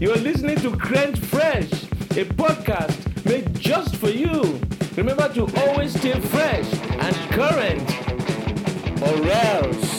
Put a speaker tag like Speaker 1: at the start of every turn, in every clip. Speaker 1: You are listening to Crunch Fresh, a podcast made just for you. Remember to always stay fresh and current, or else.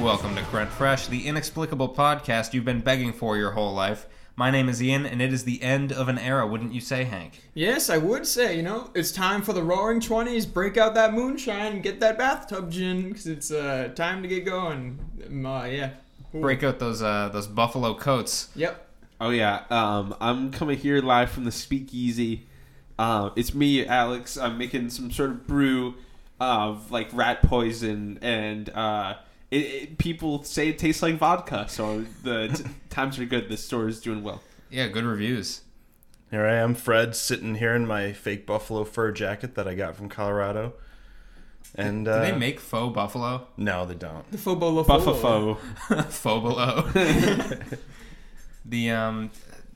Speaker 2: Welcome to Crunch Fresh, the inexplicable podcast you've been begging for your whole life. My name is Ian, and it is the end of an era, wouldn't you say, Hank?
Speaker 3: Yes, I would say, you know, it's time for the roaring 20s, break out that moonshine, and get that bathtub gin, because it's uh, time to get going. Um, uh, yeah. Ooh.
Speaker 2: Break out those uh, those buffalo coats.
Speaker 3: Yep.
Speaker 4: Oh yeah, um, I'm coming here live from the speakeasy. Uh, it's me, Alex. I'm making some sort of brew of like rat poison, and uh, it, it, people say it tastes like vodka. So the t- times are good. The store is doing well.
Speaker 2: Yeah, good reviews.
Speaker 5: Here I am, Fred, sitting here in my fake buffalo fur jacket that I got from Colorado. And
Speaker 2: Do
Speaker 5: uh,
Speaker 2: they make faux buffalo?
Speaker 5: no, they don't.
Speaker 3: The Fobolo
Speaker 4: Buffafo.
Speaker 2: faux below. the um,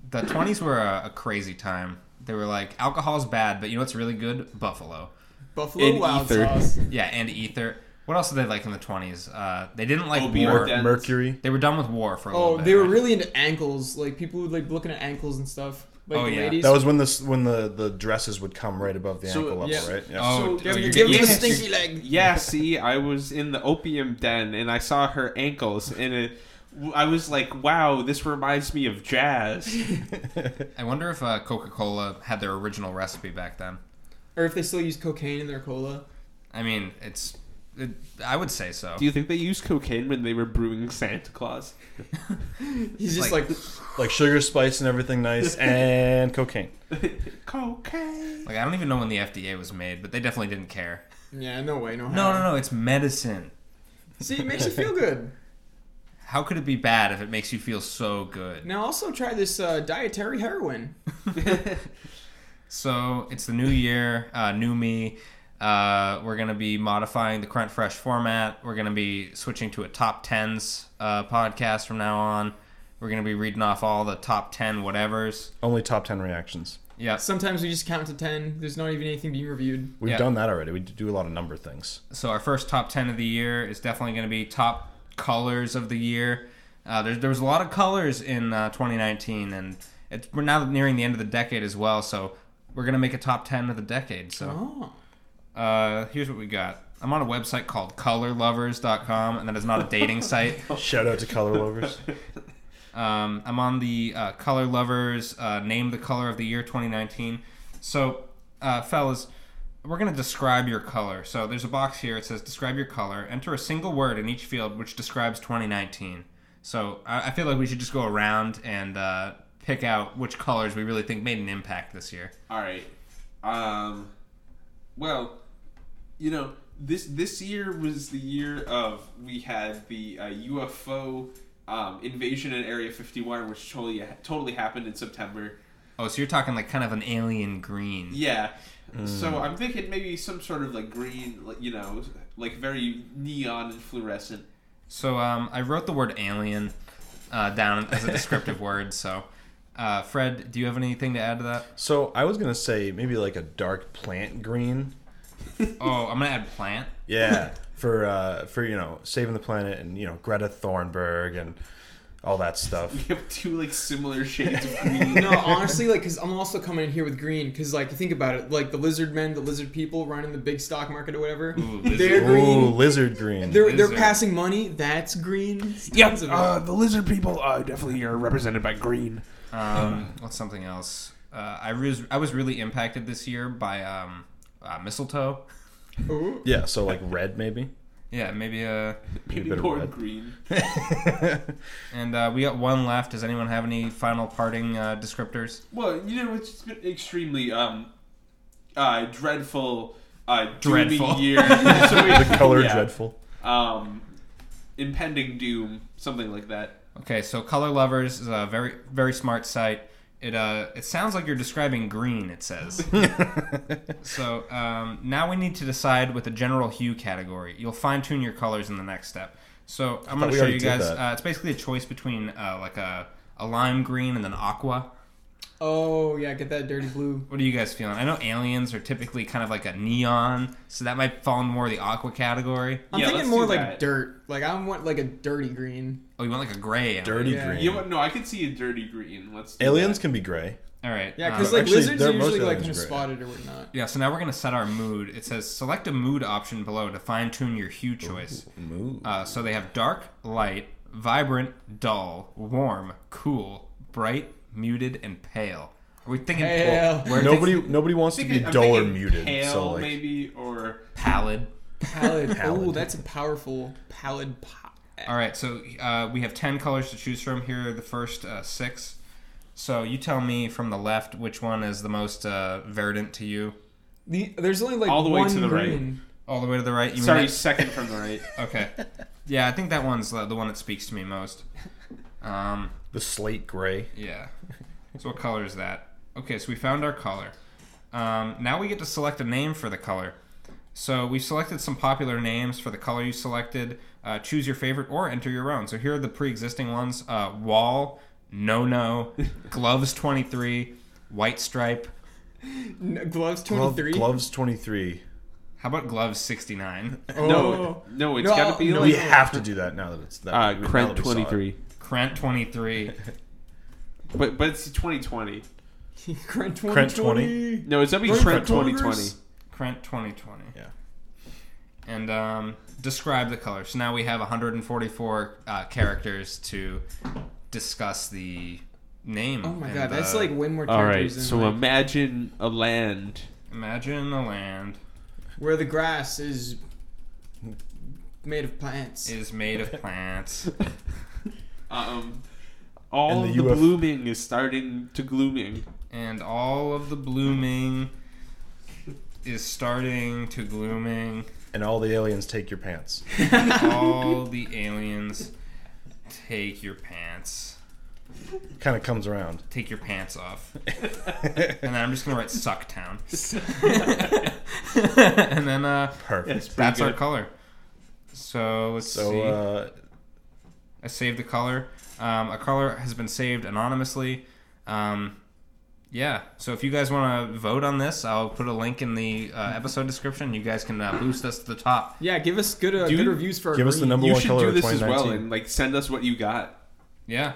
Speaker 2: the twenties were a, a crazy time. They were like alcohol's bad, but you know what's really good? Buffalo.
Speaker 3: Buffalo
Speaker 4: In
Speaker 3: Wild
Speaker 4: ether.
Speaker 3: Sauce.
Speaker 2: Yeah, and ether. What else did they like in the twenties? Uh, they didn't like
Speaker 4: Opium
Speaker 2: war.
Speaker 4: dens.
Speaker 5: Mercury.
Speaker 2: They were done with war for a little
Speaker 3: Oh,
Speaker 2: bit.
Speaker 3: they were
Speaker 2: right?
Speaker 3: really into ankles. Like, people would, like, looking at ankles and stuff. Like,
Speaker 2: Oh,
Speaker 3: the
Speaker 2: yeah.
Speaker 3: ladies.
Speaker 5: That was when this when the the dresses would come right above the
Speaker 4: So,
Speaker 5: ankle level,
Speaker 3: yeah.
Speaker 5: right?
Speaker 2: Oh, dude,
Speaker 3: so, give,
Speaker 2: you're
Speaker 3: give them
Speaker 2: getting-
Speaker 3: a stinky leg.
Speaker 4: Yeah, see, I was in the opium den and I saw her ankles, and it, I was like, "Wow, this reminds me of jazz."
Speaker 2: I wonder if uh, Coca Cola had their original recipe back then.
Speaker 3: Or if they still use cocaine in their cola.
Speaker 2: I mean, it's. It, I would say so.
Speaker 4: Do you think they used cocaine when they were brewing Santa Claus?
Speaker 3: He's just
Speaker 2: Like-
Speaker 3: like,
Speaker 5: Like sugar, spice, and everything nice, and cocaine.
Speaker 4: cocaine.
Speaker 2: like, I don't even know when the FDA was made, but they definitely didn't care.
Speaker 3: yeah, no way, no how.
Speaker 2: No, no, no. It's medicine.
Speaker 3: See, it makes you feel good.
Speaker 2: How could it be bad if it makes you feel so good?
Speaker 3: Now, also try this uh, dietary heroin.
Speaker 2: So it's the new year, uh, new me. Uh, we're gonna be modifying the current fresh format. We're gonna be switching to a top tens uh, podcast from now on. We're gonna be reading off all the top ten whatevers.
Speaker 5: Only top ten reactions.
Speaker 2: Yeah.
Speaker 3: Sometimes we just count to 10. There's not even anything being reviewed.
Speaker 5: We've
Speaker 2: Yeah.
Speaker 5: done that already. We do a lot of number things.
Speaker 2: So our first top ten of the year is definitely going to be top colors of the year. Uh, there's there was a lot of colors in uh, 2019, and it's, we're now nearing the end of the decade as well. So we're gonna make a top ten of the decade. So
Speaker 3: Oh.
Speaker 2: uh, here's what we got. I'm on a website called ColorLovers.com, and that is not a dating site.
Speaker 5: Shout out to color lovers.
Speaker 2: Um, I'm on the uh, Color Lovers uh, Name the Color of the Year 2019. So, uh, fellas, we're going to describe your color. So, there's a box here. It says Describe your color. Enter a single word in each field which describes 2019. So, I, I feel like we should just go around and uh, pick out which colors we really think made an impact this year.
Speaker 4: All right. Um, well, you know this this year was the year of we had the uh, UFO um, invasion in Area 51, which totally totally happened in September.
Speaker 2: Oh, so you're talking like kind of an alien green.
Speaker 4: Yeah. So I'm thinking maybe some sort of like green, like, you know, like very neon and fluorescent.
Speaker 2: So um, I wrote the word alien uh, down as a descriptive word. So, uh, Fred, do you have anything to add to that?
Speaker 5: so I was gonna say maybe like a dark plant green.
Speaker 2: Oh, I'm gonna add plant.
Speaker 5: Yeah, for uh, for you know saving the planet and you know Greta Thornburg and all that stuff.
Speaker 4: We have two like similar shades of green.
Speaker 3: No, honestly, like, because I'm also coming in here with green, because, like, think about it. Like, the lizard men, the lizard people running the big stock market or whatever,
Speaker 2: Ooh,
Speaker 3: they're
Speaker 2: lizard.
Speaker 3: green.
Speaker 5: Ooh, lizard green.
Speaker 3: They're, they're
Speaker 2: Lizard.
Speaker 3: passing money. That's green. Tons of it.
Speaker 4: the lizard people uh, definitely are represented by green.
Speaker 5: Uh-huh.
Speaker 2: Um, what's something else? Uh, I was I was really impacted this year by um, uh, mistletoe.
Speaker 3: Ooh.
Speaker 5: yeah, so like red maybe.
Speaker 2: Yeah, maybe. Uh,
Speaker 4: Maybe
Speaker 5: bit of
Speaker 4: more
Speaker 5: red.
Speaker 4: green.
Speaker 2: and uh, we got one left. Does anyone have any final parting uh, descriptors?
Speaker 4: Well, you know, it's been extremely um, uh, dreadful, uh,
Speaker 2: Dreadful.
Speaker 4: dreadful year. so we,
Speaker 5: the color
Speaker 4: yeah.
Speaker 5: dreadful.
Speaker 4: Um, impending doom, something like that.
Speaker 2: Okay, so Color Lovers is a very very smart site. It uh, it sounds like you're describing green. It says. so um, now we need to decide with a general hue category. You'll fine tune your colors in the next step. So I'm going
Speaker 5: we
Speaker 2: to show
Speaker 5: already
Speaker 2: you
Speaker 5: did
Speaker 2: guys.
Speaker 5: that.
Speaker 2: Uh, it's basically a choice between uh, like a, a lime green and an aqua.
Speaker 3: Oh yeah, get that dirty blue.
Speaker 2: What are you guys feeling? I know aliens are typically kind of like a neon, so that might fall in more of the aqua category.
Speaker 3: I'm
Speaker 4: Yeah, let's
Speaker 3: thinking more
Speaker 4: do
Speaker 3: like
Speaker 4: that.
Speaker 3: dirt. Like I want like a dirty green.
Speaker 2: Oh, you want like a gray?
Speaker 5: Dirty
Speaker 3: Yeah.
Speaker 5: green.
Speaker 4: You know what? No, I could see a dirty green. Let's do
Speaker 5: Oh. Aliens
Speaker 4: that.
Speaker 5: can be gray.
Speaker 2: All right.
Speaker 3: Yeah,
Speaker 4: Uh,
Speaker 2: um,
Speaker 3: because like
Speaker 5: actually,
Speaker 3: lizards
Speaker 5: they're
Speaker 3: are usually
Speaker 5: mostly
Speaker 3: like
Speaker 5: orange
Speaker 3: kind of
Speaker 5: gray.
Speaker 3: spotted or whatnot.
Speaker 2: Yeah, so now we're gonna set our mood. It says select a mood option below to fine tune your hue choice.
Speaker 5: Move.
Speaker 2: Uh, so they have dark, light, vibrant, dull, warm, cool, bright, muted, and pale. Are we thinking
Speaker 3: Pale.
Speaker 2: we're
Speaker 5: Nobody
Speaker 2: thinking
Speaker 5: nobody wants to be
Speaker 4: I'm
Speaker 5: dull or
Speaker 4: thinking
Speaker 5: muted.
Speaker 4: Pale,
Speaker 5: so like
Speaker 4: maybe, or
Speaker 2: pallid.
Speaker 3: Pallid. Oh,
Speaker 5: Pallid.
Speaker 3: that's a powerful pallid pop.
Speaker 2: All right, so uh, we have ten colors to choose from. Here are the first uh, six. So you tell me from the left which one is the most uh, verdant to you.
Speaker 3: The, there's only like
Speaker 4: All the way
Speaker 3: one
Speaker 4: to the right.
Speaker 3: green.
Speaker 2: All the way to the right. You mean
Speaker 4: sorry,
Speaker 2: that-
Speaker 4: second from the right.
Speaker 2: Okay. Yeah, I think that one's the, the one that speaks to me most. Um,
Speaker 5: the slate gray.
Speaker 2: Yeah. So what color is that? Okay, so we found our color. Um, now we get to select a name for the color. So we've selected some popular names for the color you selected. Uh, choose your favorite or enter your own. So here are the pre-existing ones: uh, wall, no no, gloves twenty three, white stripe.
Speaker 3: N- gloves
Speaker 5: Glove-
Speaker 3: 23.
Speaker 5: gloves twenty three.
Speaker 2: How about gloves sixty nine?
Speaker 3: Oh.
Speaker 4: No, no, it's
Speaker 3: No,
Speaker 4: got to be
Speaker 3: no.
Speaker 5: We
Speaker 4: like
Speaker 5: have to do that now that it's that.
Speaker 4: uh,
Speaker 5: now
Speaker 4: Krent
Speaker 5: that we saw it.
Speaker 4: twenty three,
Speaker 2: Krent twenty three.
Speaker 4: but but it's twenty twenty.
Speaker 3: Crent 20.
Speaker 5: Crent
Speaker 3: 20.
Speaker 4: No, it's got to be
Speaker 3: Krent
Speaker 4: Krent twenty
Speaker 3: Congress?
Speaker 4: twenty.
Speaker 2: Krent twenty twenty.
Speaker 5: Yeah.
Speaker 2: and um, describe the color. So now we have 144 uh, characters to discuss the name.
Speaker 3: Oh my
Speaker 2: and,
Speaker 3: god, that's
Speaker 2: uh,
Speaker 3: like way more
Speaker 4: All right,
Speaker 3: characters than
Speaker 4: so
Speaker 3: like,
Speaker 4: imagine a land.
Speaker 2: imagine a land
Speaker 3: where the grass is made of plants.
Speaker 2: is made of plants.
Speaker 4: Um, all
Speaker 5: And
Speaker 4: of
Speaker 5: the
Speaker 4: the,
Speaker 5: UF
Speaker 4: blooming is starting to glooming.
Speaker 2: and all of the blooming is starting to glooming.
Speaker 5: And all the aliens take your pants.
Speaker 2: All the aliens take your pants.
Speaker 5: kind of comes around.
Speaker 2: Take your pants off. And then I'm just gonna write Sucktown. and then uh,
Speaker 5: Perfect.
Speaker 2: that's our
Speaker 4: good.
Speaker 2: color. So let's see.
Speaker 5: So uh,
Speaker 2: I saved the color. Um, a color has been saved anonymously. Um, yeah. So if you guys want to vote on this, I'll put a link in the uh, episode description. You guys can uh, boost us to the top.
Speaker 3: yeah, give us good, uh,
Speaker 4: Dude,
Speaker 3: good reviews for our
Speaker 5: give us the
Speaker 3: green.
Speaker 5: number
Speaker 4: You
Speaker 5: one
Speaker 4: should
Speaker 5: color
Speaker 4: do
Speaker 5: of
Speaker 4: this as well
Speaker 5: 2019.
Speaker 4: and like send us what you got.
Speaker 2: Yeah.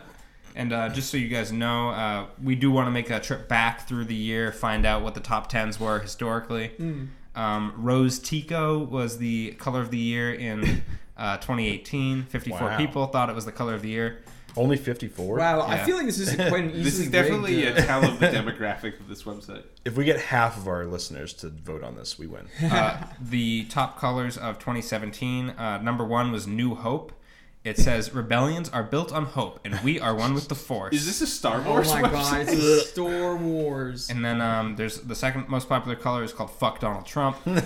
Speaker 2: And uh, just so you guys know, uh, we do want to make a trip back through the year, find out what the top tens were historically.
Speaker 5: Mm.
Speaker 2: Um, Rose Tico was the color of the year in uh, 2018. 54
Speaker 5: Wow.
Speaker 2: people thought it was the color of the year.
Speaker 5: Only fifty four.
Speaker 3: Wow,
Speaker 2: Yeah.
Speaker 3: I feel like this is quite an easily
Speaker 4: This is definitely
Speaker 3: rigged,
Speaker 4: a
Speaker 3: uh,
Speaker 4: tell of the demographic of this website.
Speaker 5: If we get half of our listeners to vote on this, we win.
Speaker 2: uh, the top colors of 2017. Uh, number one was New Hope. It says rebellions are built on hope, and we are one with the force.
Speaker 4: Is this a Star
Speaker 3: Oh
Speaker 4: Wars
Speaker 3: my god,
Speaker 4: website?
Speaker 3: it's a Star Wars.
Speaker 2: and then um, there's the second most popular color is called "fuck Donald Trump." It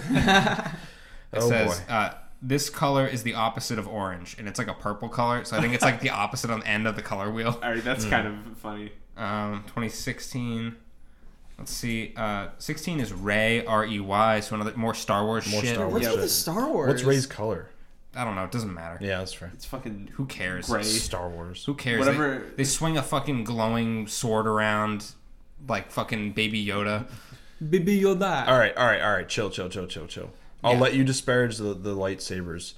Speaker 5: Oh,
Speaker 2: says
Speaker 5: boy.
Speaker 2: Uh, this color is the opposite of orange, and it's like a purple color. So I think it's like the opposite on the end of the color wheel.
Speaker 4: All right, that's
Speaker 5: Hmm.
Speaker 4: kind of funny.
Speaker 2: Um, 2016. Let's see. Uh, 16 is Ray R E Y. So another more Star Wars
Speaker 5: More
Speaker 2: shit.
Speaker 5: Star Wars.
Speaker 3: What's
Speaker 5: Oh, Yeah,
Speaker 3: with
Speaker 5: but-
Speaker 3: the Star Wars?
Speaker 5: What's Ray's color?
Speaker 2: I don't know. It doesn't matter.
Speaker 5: Yeah, that's right.
Speaker 4: It's fucking
Speaker 2: Who cares?
Speaker 4: Gray.
Speaker 5: Star Wars.
Speaker 2: Who cares?
Speaker 4: Whatever-
Speaker 2: They, they swing a fucking glowing sword around like fucking baby Yoda.
Speaker 3: Baby Yoda.
Speaker 5: All right, all right, all right. Chill, chill, chill, chill, chill. I'll
Speaker 2: Yeah.
Speaker 5: let you disparage the, the lightsabers,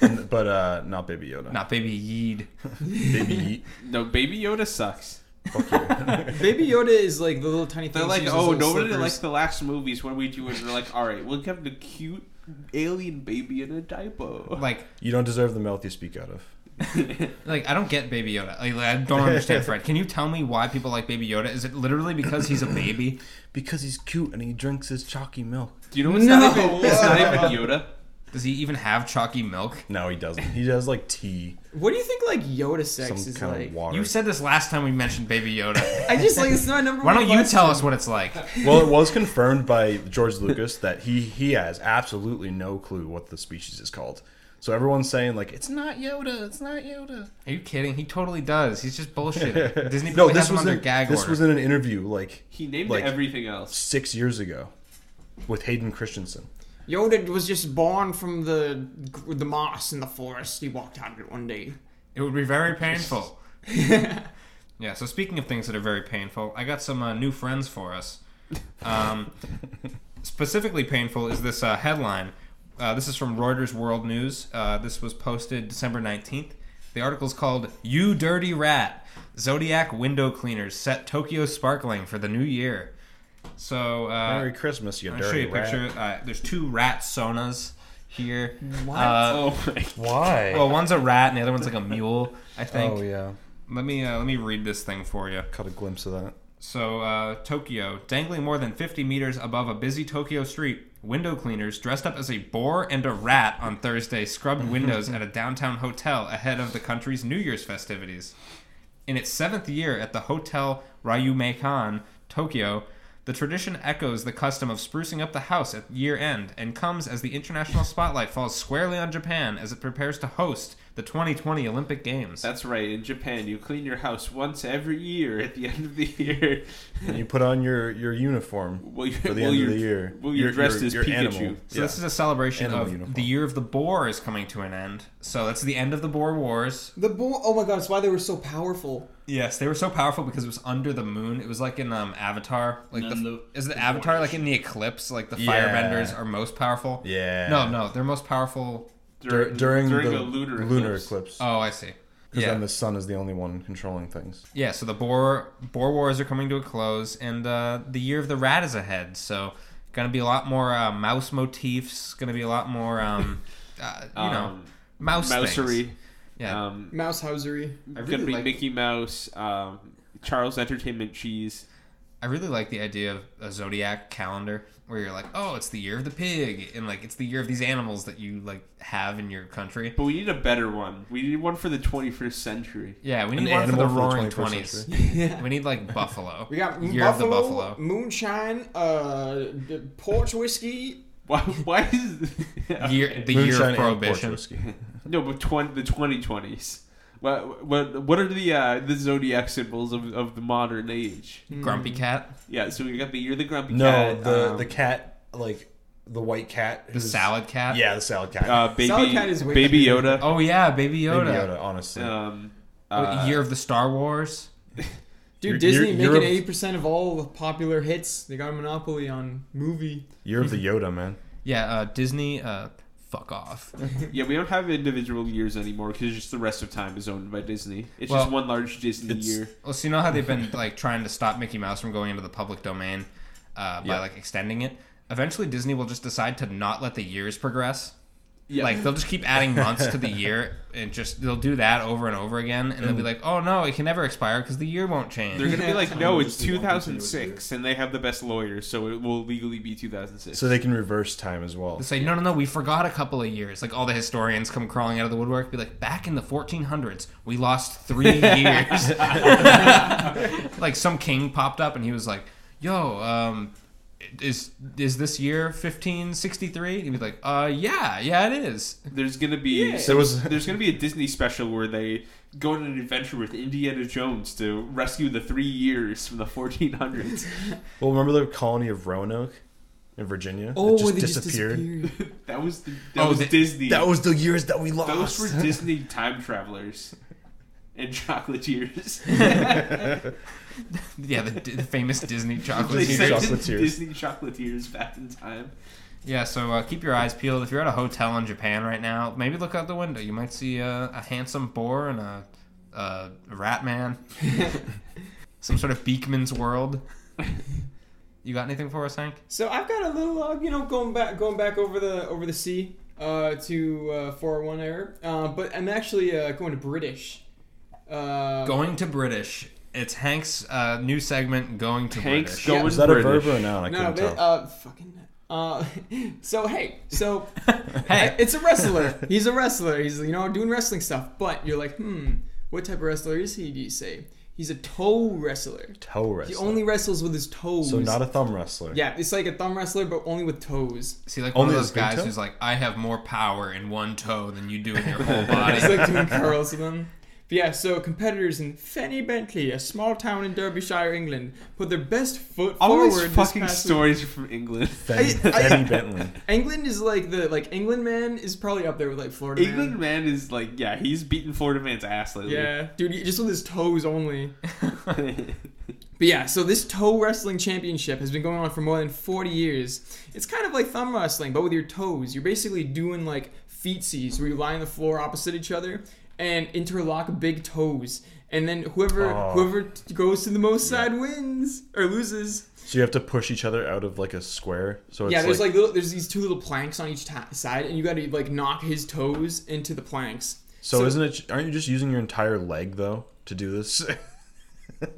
Speaker 5: and- but uh, not Baby Yoda.
Speaker 2: Not baby Yeed.
Speaker 5: Baby Yeet.
Speaker 4: No, Baby Yoda sucks.
Speaker 3: Baby Yoda is like the little tiny thing.
Speaker 4: They're like, oh, nobody likes the last movies. What do we do? And they're like, all right, we'll have the cute alien baby in a diaper.
Speaker 2: Like
Speaker 5: You don't deserve the mouth you speak out of.
Speaker 2: like I don't get baby Yoda. Like, I don't understand Fred. Can you tell me why people like baby Yoda? Is it literally because he's a baby?
Speaker 5: Because he's cute and he drinks his chalky milk.
Speaker 4: Do you know it's
Speaker 3: No.
Speaker 4: not even it's not even Yoda?
Speaker 2: Does he even have chalky milk?
Speaker 5: No, he doesn't. He does like tea,
Speaker 3: What do you think like Yoda sex
Speaker 5: some
Speaker 3: is
Speaker 5: kind
Speaker 3: like?
Speaker 5: of water.
Speaker 2: You said this last time we mentioned baby Yoda.
Speaker 3: I just like it's not number
Speaker 2: Why
Speaker 3: one.
Speaker 2: don't you
Speaker 3: question.
Speaker 2: tell us what it's like?
Speaker 5: well, it was confirmed by George Lucas that he he has absolutely no clue what the species is called. So everyone's saying like, it's not Yoda, it's not Yoda.
Speaker 2: Are you kidding? He totally does. He's just bullshit. Disney
Speaker 5: no,
Speaker 2: probably has
Speaker 5: this
Speaker 2: him
Speaker 5: was
Speaker 2: under
Speaker 5: in,
Speaker 2: gag
Speaker 5: this
Speaker 2: order.
Speaker 5: was in an interview like
Speaker 4: He named
Speaker 5: Like-
Speaker 4: it everything else.
Speaker 5: six years ago with Hayden Christensen.
Speaker 3: Yoda was just born from the the moss in the forest. He walked out of it one day.
Speaker 2: It would be very painful. yeah. So speaking of things that are very painful, I got some uh, new friends for us. Um, specifically painful is this uh, headline. Uh, this is from Reuters World News. Uh, this was posted December nineteenth. The article is called "You Dirty Rat: Zodiac Window Cleaners Set Tokyo Sparkling for the New Year." So uh,
Speaker 5: Merry Christmas, you
Speaker 2: I'll
Speaker 5: dirty
Speaker 2: show you a
Speaker 5: rat.
Speaker 2: picture. Uh, there's two rat sonas here.
Speaker 3: What?
Speaker 2: Uh,
Speaker 4: Oh my!
Speaker 5: Why?
Speaker 2: well, one's a rat and the other one's like a mule, I think.
Speaker 5: oh yeah,
Speaker 2: Let me uh, let me read this thing for you.
Speaker 5: caught a glimpse of that.
Speaker 2: So, uh, Tokyo, dangling more than 50 meters above a busy Tokyo street, window cleaners dressed up as a boar and a rat on Thursday scrubbed windows at a downtown hotel ahead of the country's New Year's festivities. In its seventh year at the Hotel Ryumakan, Tokyo, the tradition echoes the custom of sprucing up the house at year end and comes as the international spotlight falls squarely on Japan as it prepares to host the 2020 Olympic Games.
Speaker 4: That's right. In Japan, you clean your house once every year at the end of the year.
Speaker 5: And you put on your your uniform
Speaker 4: Well, you're,
Speaker 5: for the
Speaker 4: well,
Speaker 5: end
Speaker 4: you're,
Speaker 5: of the year.
Speaker 4: Well, you're, dressed as Pikachu.
Speaker 5: Animal.
Speaker 2: So
Speaker 5: yeah.
Speaker 2: this is a celebration
Speaker 5: Animal
Speaker 2: of
Speaker 5: uniform.
Speaker 2: the year of the boar is coming to an end. So that's the end of the boar wars.
Speaker 3: The boar. Oh my god! That's why they were so powerful.
Speaker 2: Yes, they were so powerful because it was under the moon. It was like in um, Avatar. Like the,
Speaker 6: None of
Speaker 2: is the Avatar like in the eclipse? Like the
Speaker 5: Yeah.
Speaker 2: firebenders are most powerful.
Speaker 5: yeah.
Speaker 2: No, no, they're most powerful.
Speaker 5: Dur- during,
Speaker 4: during a
Speaker 5: the
Speaker 4: lunar eclipse.
Speaker 5: eclipse.
Speaker 2: Oh, I see.
Speaker 5: Because
Speaker 2: Yeah,
Speaker 5: then the sun is the only one controlling things.
Speaker 2: yeah. So the boar boar wars are coming to a close, and uh, the year of the rat is ahead. So gonna be a lot more uh, mouse motifs. Gonna be a lot more um, uh, you know,
Speaker 4: Um,
Speaker 2: mouse things.
Speaker 4: mousery.
Speaker 2: Yeah.
Speaker 4: Um,
Speaker 3: Mousehousery.
Speaker 4: gonna
Speaker 2: really
Speaker 4: be
Speaker 2: like-
Speaker 4: Mickey Mouse, um, Charles Entertainment Cheese.
Speaker 2: I really like the idea of a zodiac calendar where you're like, oh, it's the year of the pig, and like it's the year of these animals that you like have in your country.
Speaker 4: But we need a better one. We need one for the 21st century.
Speaker 2: Yeah, we
Speaker 5: An
Speaker 2: need one for
Speaker 5: animal
Speaker 2: the
Speaker 5: for the
Speaker 2: roaring
Speaker 5: 21st
Speaker 2: twenties.
Speaker 3: yeah.
Speaker 2: We need like buffalo.
Speaker 3: We got
Speaker 2: year
Speaker 3: buffalo,
Speaker 2: of the buffalo.
Speaker 3: moonshine, uh, d- port whiskey.
Speaker 4: Why? Why is yeah.
Speaker 2: Year, the
Speaker 5: Moonshine
Speaker 2: year
Speaker 5: and
Speaker 2: of
Speaker 5: port
Speaker 2: prohibition.
Speaker 5: whiskey.
Speaker 4: no? But twen- the 2020s. What, what what are the uh, the zodiac symbols of, of the modern age?
Speaker 2: Grumpy cat,
Speaker 4: Yeah, so we got the year of the grumpy
Speaker 5: No,
Speaker 4: cat.
Speaker 5: the
Speaker 4: um,
Speaker 5: the cat, like the white cat.
Speaker 2: the salad cat.
Speaker 5: Yeah, the salad cat.
Speaker 4: uh, baby
Speaker 3: Salad cat is way
Speaker 4: baby
Speaker 3: better.
Speaker 4: Yoda.
Speaker 2: Oh yeah, baby
Speaker 5: Baby
Speaker 2: Yoda.
Speaker 5: Yoda, honestly.
Speaker 4: Um,
Speaker 2: Oh,
Speaker 4: uh,
Speaker 2: year of the Star Wars.
Speaker 3: Dude,
Speaker 5: You're-
Speaker 3: Disney
Speaker 5: you're-
Speaker 3: making
Speaker 5: you're-
Speaker 3: eighty percent of all the popular hits. They got a monopoly on movie.
Speaker 5: Year of the Yoda, man.
Speaker 2: Yeah, uh, Disney. Uh, fuck off.
Speaker 4: Yeah, we don't have individual years anymore because just the rest of time is owned by Disney. It's
Speaker 2: Well,
Speaker 4: just one large Disney
Speaker 5: it's-
Speaker 4: year.
Speaker 2: Well, so you know how they've been like trying to stop Mickey Mouse from going into the public domain uh, by
Speaker 5: Yeah.
Speaker 2: like extending it. Eventually, Disney will just decide to not let the years progress. Like they'll just keep adding months to the year, and just they'll do that over and over again, and they'll be like, "Oh no, it can never expire because the year won't change."
Speaker 4: They're gonna be like, no, it's
Speaker 6: Disney won't continue
Speaker 4: 2006, and they have the best lawyers, so it will legally be 2006.
Speaker 5: So they can reverse time as well.
Speaker 2: They'll say, "No, no, no, we forgot a couple of years." Like all the historians come crawling out of the woodwork, be like, "Back in the 1400s, we lost three years." like some king popped up and he was like, "Yo, um, is is this year 1563?" He'd be like, "Uh, yeah, yeah, it is."
Speaker 4: there's gonna be
Speaker 5: There was
Speaker 4: there's gonna be a Disney special where they go on an adventure with Indiana Jones to rescue the three years from the 1400s.
Speaker 5: well, remember the colony of Roanoke in Virginia? It
Speaker 3: Oh, they just disappeared.
Speaker 4: that was the, that
Speaker 2: Oh,
Speaker 4: was
Speaker 2: the-
Speaker 4: Disney.
Speaker 5: That was the years that we lost.
Speaker 4: Those were Disney time travelers and chocolatiers.
Speaker 2: Yeah, the, the famous Disney
Speaker 4: they
Speaker 2: chocolate.
Speaker 4: sent
Speaker 2: series.
Speaker 5: Chocolatiers.
Speaker 4: Disney chocolatiers back in time.
Speaker 2: Yeah, so uh, keep your eyes peeled. If you're at a hotel in Japan right now, maybe look out the window. You might see uh, a handsome boar and a, a rat man. Some sort of Beekman's World. You got anything for us, Hank?
Speaker 3: So I've got a little, uh, you know, going back, going back over the over the sea uh, to uh, 401 error. Uh, but I'm actually uh, going to British. Uh,
Speaker 2: Going to British. It's Hank's uh, new segment, Going to
Speaker 4: Hank's
Speaker 2: British.
Speaker 4: going
Speaker 5: Was that a verb
Speaker 4: British.
Speaker 5: or a noun? I
Speaker 3: no,
Speaker 5: couldn't
Speaker 3: they-
Speaker 5: tell.
Speaker 3: uh, fucking. Uh, so hey, so
Speaker 2: Hey.
Speaker 3: it's a wrestler. He's a wrestler. He's you know doing wrestling stuff. But you're like, hmm, what type of wrestler is he? Do you say? He's a toe wrestler.
Speaker 5: Toe
Speaker 3: He
Speaker 5: wrestler.
Speaker 3: only wrestles with his toes.
Speaker 5: so not a thumb wrestler.
Speaker 3: Yeah, it's like a thumb wrestler, but only with toes.
Speaker 2: See, like one of
Speaker 5: Only the
Speaker 2: those
Speaker 5: big
Speaker 2: guys
Speaker 5: toe?
Speaker 2: who's like, I have more power in one toe than you do in your whole body.
Speaker 3: He's like doing curls with them. But yeah, so competitors in Fenny Bentley, a small town in Derbyshire, England, put their best foot
Speaker 4: Always
Speaker 3: forward. this
Speaker 4: fucking
Speaker 3: past week.
Speaker 4: stories from England.
Speaker 5: Benny,
Speaker 3: I- I-
Speaker 5: Benny Bentley.
Speaker 3: England is like the like England man is probably up there with like Florida
Speaker 4: England
Speaker 3: man.
Speaker 4: man is like, yeah, he's beaten Florida man's ass lately.
Speaker 3: Yeah, dude, he- just with his toes only. But yeah, so this toe wrestling championship has been going on for more than 40 years. It's kind of like thumb wrestling, but with your toes. You're basically doing like feetsies where you lie on the floor opposite each other and interlock big toes. And then whoever
Speaker 5: Oh.
Speaker 3: whoever t- goes to the most side wins or loses.
Speaker 5: So you have to push each other out of like a square. So it's
Speaker 3: yeah, there's
Speaker 5: like,
Speaker 3: like, little, there's these two little planks on each ti- side, and you got to like knock his toes into the planks.
Speaker 5: so,
Speaker 3: so-
Speaker 5: isn't it? Aren't you just using your entire leg though to do this?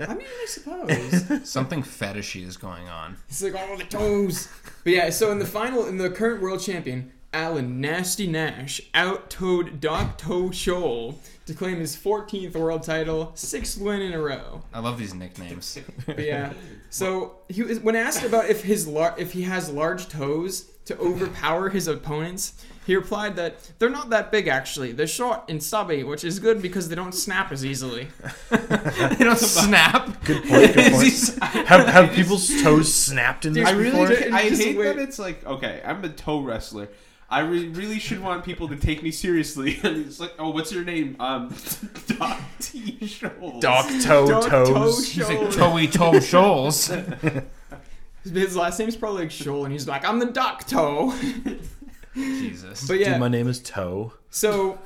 Speaker 3: I mean, I suppose.
Speaker 2: Something fetishy is going on.
Speaker 3: It's like all the toes. but yeah, so in the final, in the current world champion, Alan Nasty Nash out toed Doc Toe Shoal to claim his 14th world title, sixth win in a row.
Speaker 2: I love these nicknames.
Speaker 3: But yeah, so he was, when asked about if his lar- if he has large toes to overpower his opponents, he replied that they're not that big actually. They're short and stubby, which is good because they don't snap as easily.
Speaker 2: they don't snap. Good
Speaker 5: point, good have have people's toes snapped in this
Speaker 4: I
Speaker 5: before?
Speaker 4: really,
Speaker 3: It's
Speaker 4: I
Speaker 3: just
Speaker 4: hate
Speaker 3: weird.
Speaker 4: that it's like, okay, I'm a toe wrestler. I re- really should want people to take me seriously. And it's like, oh, what's your name? Um, Doc T. Scholes.
Speaker 5: Doc toe
Speaker 3: Doc Toe
Speaker 5: toes.
Speaker 3: Shoal.
Speaker 2: Toey toe shoals.
Speaker 3: His last name's probably like Shoal, and he's like, I'm the Doc Toe.
Speaker 2: Jesus.
Speaker 3: But yeah,
Speaker 5: Dude, my name is Toe.
Speaker 3: So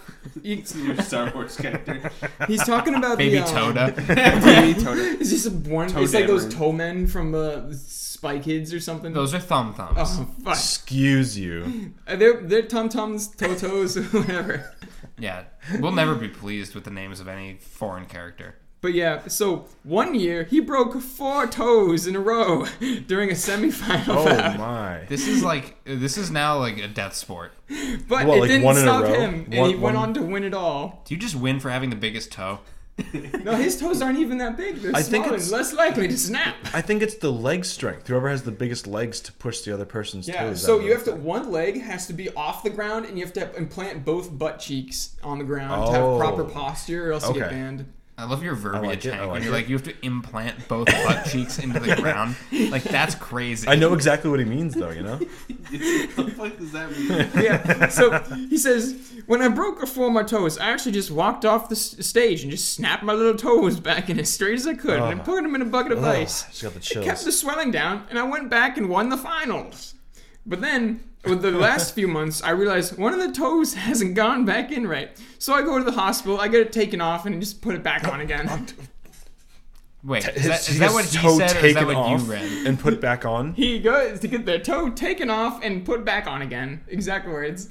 Speaker 3: you,
Speaker 4: Your Star Wars character.
Speaker 3: he's talking about
Speaker 2: Baby
Speaker 3: the, um,
Speaker 2: Toda.
Speaker 4: Baby Toda.
Speaker 3: Is this one?
Speaker 4: Toe
Speaker 3: it's like those
Speaker 4: Dameron.
Speaker 3: toe men from uh, Spy Kids or something.
Speaker 2: Those are thumb thumbs.
Speaker 3: Oh fuck!
Speaker 5: Excuse you.
Speaker 3: Uh, They're they're tum tums, totos, whatever.
Speaker 2: Yeah. We'll never be pleased with the names of any foreign character.
Speaker 3: But yeah, so one year he broke four toes in a row during a semifinal
Speaker 5: Oh
Speaker 3: bout.
Speaker 5: my.
Speaker 2: This is like this is now like a death sport.
Speaker 3: But
Speaker 5: What,
Speaker 3: it
Speaker 5: like
Speaker 3: didn't
Speaker 5: one in a
Speaker 3: stop
Speaker 5: row?
Speaker 3: him, and
Speaker 5: One-
Speaker 3: he went
Speaker 5: one-
Speaker 3: on to win it all.
Speaker 2: Do you just win for having the biggest toe?
Speaker 3: No, his toes aren't even that big. They're
Speaker 5: I think
Speaker 3: small and
Speaker 5: it's-
Speaker 3: less likely to snap.
Speaker 5: I think it's the leg strength. Whoever has the biggest legs to push the other person's
Speaker 3: Yeah,
Speaker 5: toes.
Speaker 3: so
Speaker 5: out
Speaker 3: you have
Speaker 5: of
Speaker 3: to
Speaker 5: it.
Speaker 3: one leg has to be off the ground, and you have to implant both butt cheeks on the ground to have
Speaker 5: Oh.
Speaker 3: proper posture, or else you get
Speaker 5: Okay.
Speaker 3: banned.
Speaker 2: I love your verbiage,
Speaker 5: like it, I
Speaker 2: Hank, when
Speaker 5: like
Speaker 2: you're
Speaker 5: it.
Speaker 2: like you have to implant both butt cheeks into the ground. Like that's crazy.
Speaker 5: I know exactly what he means, though. You know.
Speaker 4: What the fuck does that mean?
Speaker 3: Yeah. So he says, when I broke four of my toes, I actually just walked off the s- stage and just snapped my little toes back in as straight as I could, and I
Speaker 5: Oh.
Speaker 3: put them in a bucket of
Speaker 5: Ugh,
Speaker 3: ice.
Speaker 5: Oh, She's got the
Speaker 3: It kept
Speaker 5: chills.
Speaker 3: the swelling down, and I went back and won the finals. But then, with the last few months, I realized one of the toes hasn't gone back in right. So I go to the hospital, I get it taken off, and just put it back on again.
Speaker 2: Wait, is
Speaker 5: His-
Speaker 2: that, is
Speaker 5: his
Speaker 2: that what he
Speaker 5: toe
Speaker 2: said or is
Speaker 5: taken
Speaker 2: that what
Speaker 5: off
Speaker 2: you read?
Speaker 5: and put back on?
Speaker 3: He goes to get their toe taken off and put back on again. Exact words.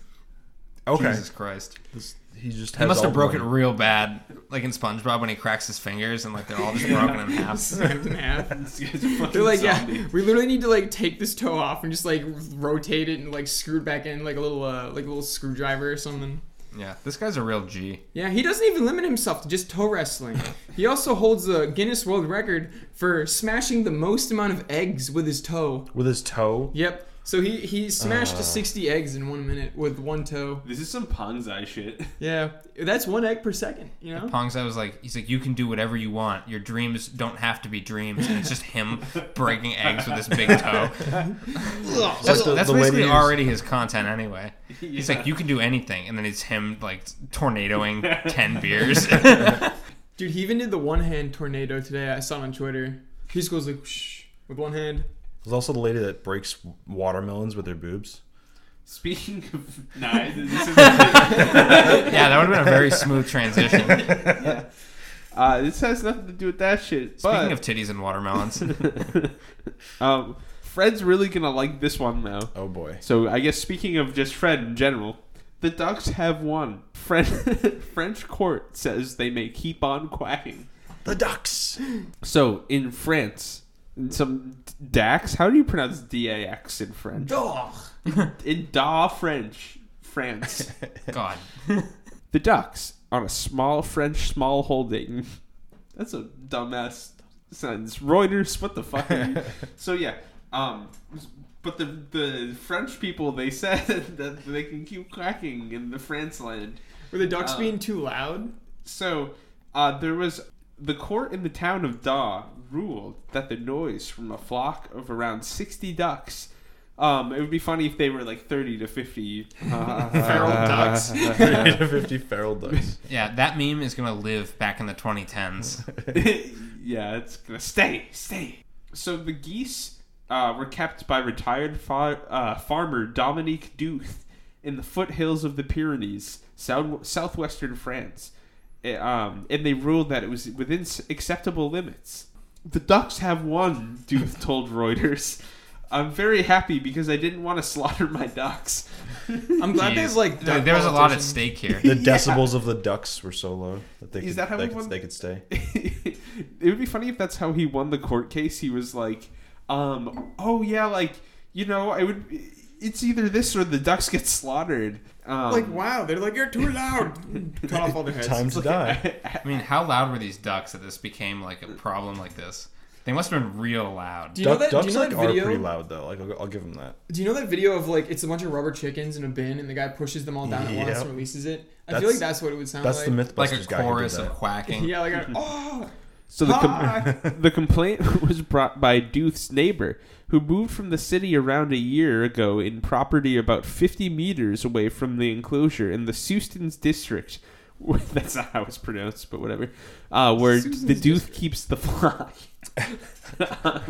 Speaker 5: Okay.
Speaker 2: Jesus Christ.
Speaker 5: This- he just
Speaker 2: He
Speaker 5: has
Speaker 2: must
Speaker 5: all
Speaker 2: have broke it
Speaker 5: one.
Speaker 2: real bad, like in SpongeBob when he cracks his fingers and like they're all just broken in half.
Speaker 3: Snapped in half.
Speaker 4: These guys are fucking
Speaker 3: They're like, yeah,
Speaker 4: zombies.
Speaker 3: we literally need to like take this toe off and just like rotate it and like screw it back in like a little uh, like a little screwdriver or something.
Speaker 2: Yeah, this guy's a real G.
Speaker 3: Yeah, he doesn't even limit himself to just toe wrestling. he also holds the Guinness World Record for smashing the most amount of eggs with his toe.
Speaker 5: with his toe.
Speaker 3: Yep. So he he smashed 60 eggs in one minute with one toe.
Speaker 4: This is some Ponzai shit.
Speaker 3: Yeah, that's one egg per second. You know.
Speaker 2: Pongs, I was like, he's like, you can do whatever you want. Your dreams don't have to be dreams. And it's just him breaking eggs with his big toe. That's,
Speaker 5: the-
Speaker 2: that's
Speaker 5: the
Speaker 2: basically
Speaker 5: lady is-
Speaker 2: already his content anyway. He's
Speaker 4: Yeah.
Speaker 2: like, you can do anything. And then it's him, like, tornadoing 10 beers.
Speaker 3: Dude, he even did the one hand tornado today. I saw it on Twitter. He just goes like Shh, with one hand.
Speaker 5: There's also the lady that breaks watermelons with her boobs.
Speaker 4: Speaking of knives, this is
Speaker 2: yeah, that would have been a very smooth transition. Speaking
Speaker 4: Uh, this has nothing to do with that shit. But
Speaker 2: of titties and watermelons,
Speaker 4: um, Fred's really gonna like this one now.
Speaker 5: Oh boy.
Speaker 4: So I guess speaking of just Fred in general, the Ducks have won. French French court says they may keep on quacking.
Speaker 5: The ducks.
Speaker 4: So in France, in some Dax, how do you pronounce D A X in French?
Speaker 3: Duh.
Speaker 4: In Da French, France.
Speaker 2: God.
Speaker 4: The Ducks on a small French small holding That's a dumbass sentence. Reuters, what the fuck? are you- so yeah, um, but the the French people they said that they can keep quacking in the France land.
Speaker 3: Were the ducks
Speaker 2: Oh.
Speaker 4: Uh,
Speaker 3: being too loud?
Speaker 4: So uh, there was the court in the town of Da ruled that the noise from a flock of around sixty ducks. Um, it would be funny if they were like thirty to fifty uh, feral ducks.
Speaker 5: 30 to 50 feral ducks.
Speaker 2: Yeah, that meme is gonna live back in the 2010s.
Speaker 4: yeah, it's gonna stay, stay. So the geese uh, were kept by retired fa- uh, farmer Dominique Duth in the foothills of the Pyrenees, south- southwestern France, Eh, um, and they ruled that it was within s- acceptable limits. The ducks have won, Duth told Reuters. I'm very happy because I didn't want to slaughter my ducks.
Speaker 3: I'm glad there's
Speaker 2: Jeez.
Speaker 3: like
Speaker 2: There-
Speaker 3: duck
Speaker 2: there's a lot at
Speaker 3: politicians.
Speaker 2: stake here.
Speaker 5: The decibels of the ducks were so low that they
Speaker 4: Is
Speaker 5: could,
Speaker 4: that how
Speaker 5: they,
Speaker 4: we
Speaker 5: could,
Speaker 4: won?
Speaker 5: they could stay.
Speaker 4: it would be funny if that's how he won the court case. He was like, um, oh yeah, like you know, I would. It's either this or the ducks get slaughtered. Um,
Speaker 3: Like wow, they're like you're too loud. Cut off all their heads.
Speaker 5: Time to die.
Speaker 2: I mean, how loud were these ducks that this became like a problem like this? They must have been real loud.
Speaker 3: Do you
Speaker 5: Duck,
Speaker 3: know that?
Speaker 5: ducks
Speaker 3: do you know
Speaker 5: like
Speaker 3: that
Speaker 5: are
Speaker 3: video?
Speaker 5: pretty loud though. Like I'll, I'll give them that.
Speaker 3: Do you know that video of like it's a bunch of rubber chickens in a bin and the guy pushes them all down at once
Speaker 5: Yep.
Speaker 3: and releases it? I feel
Speaker 5: That's-
Speaker 3: like that's what it would sound
Speaker 5: That's the
Speaker 3: like.
Speaker 5: MythBusters
Speaker 2: like a
Speaker 5: guy who did
Speaker 2: chorus of
Speaker 5: that.
Speaker 2: quacking.
Speaker 3: Yeah, like a, oh,
Speaker 4: so the com- the complaint was brought by Duth's neighbor, who moved from the city around a year ago in property about fifty meters away from the enclosure in the Sustins district. That's not how it's pronounced, but whatever. Uh, where
Speaker 3: Sustins
Speaker 4: the Duth keeps the Um, flock.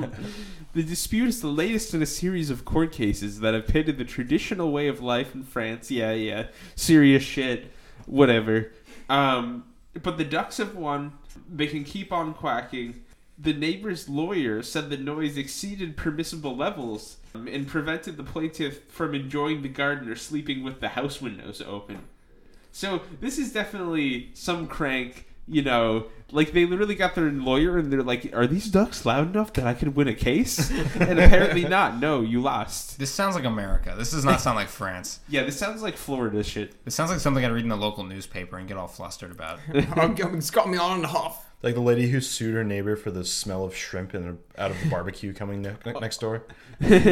Speaker 4: the dispute is the latest in a series of court cases that have pitted the traditional way of life in France. Yeah, yeah, serious shit, whatever. Um, but the ducks have won. They can keep on quacking. The neighbor's lawyer said the noise exceeded permissible levels um, and prevented the plaintiff from enjoying the garden or sleeping with the house windows open. So this is definitely some crank, you know, like they literally got their lawyer and they're like, "Are these ducks loud enough that I could win a case?" and apparently not. No, you lost.
Speaker 2: This sounds like America. This does not sound like France.
Speaker 4: Yeah, this sounds like Florida shit.
Speaker 2: This sounds like something I'd read in the local newspaper and get all flustered about.
Speaker 3: I'm, it's got me all in the huff.
Speaker 5: Like the lady who sued her neighbor for the smell of shrimp in out of the barbecue coming ne- ne- next door.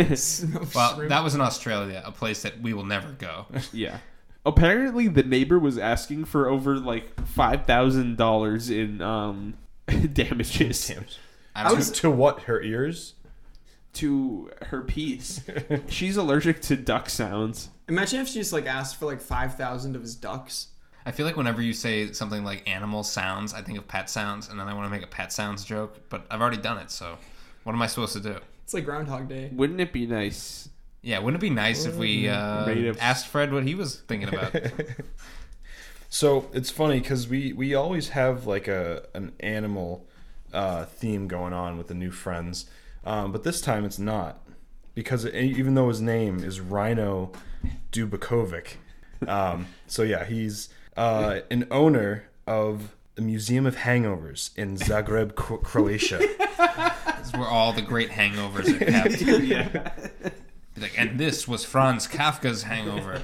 Speaker 2: Well, that was in Australia, a place that we will never go.
Speaker 4: Yeah. Apparently, the neighbor was asking for over like five thousand dollars in um damages
Speaker 5: Damn.
Speaker 2: I
Speaker 3: I
Speaker 2: don't
Speaker 3: was-
Speaker 5: To what? Her ears?
Speaker 4: to her piece. She's allergic to duck sounds.
Speaker 3: Imagine if she just like asked for like five thousand of his ducks.
Speaker 2: I feel like whenever you say something like animal sounds, I think of pet sounds, and then I want to make a pet sounds joke, but I've already done it, so what am I supposed to do?
Speaker 3: It's like Groundhog Day.
Speaker 4: Wouldn't it be nice?
Speaker 2: Yeah, wouldn't it be nice if we uh,
Speaker 4: Made up-
Speaker 2: asked Fred what he was thinking about?
Speaker 5: So it's funny because we we always have like a an animal uh, theme going on with the new friends, um, but this time it's not because it, even though his name is Rhino Dubakovic, um, so yeah, he's uh, an owner of the Museum of Hangovers in Zagreb, Cro- Croatia.
Speaker 2: This is where all the great hangovers are kept.
Speaker 4: Yeah.
Speaker 2: Like, and this was Franz Kafka's hangover.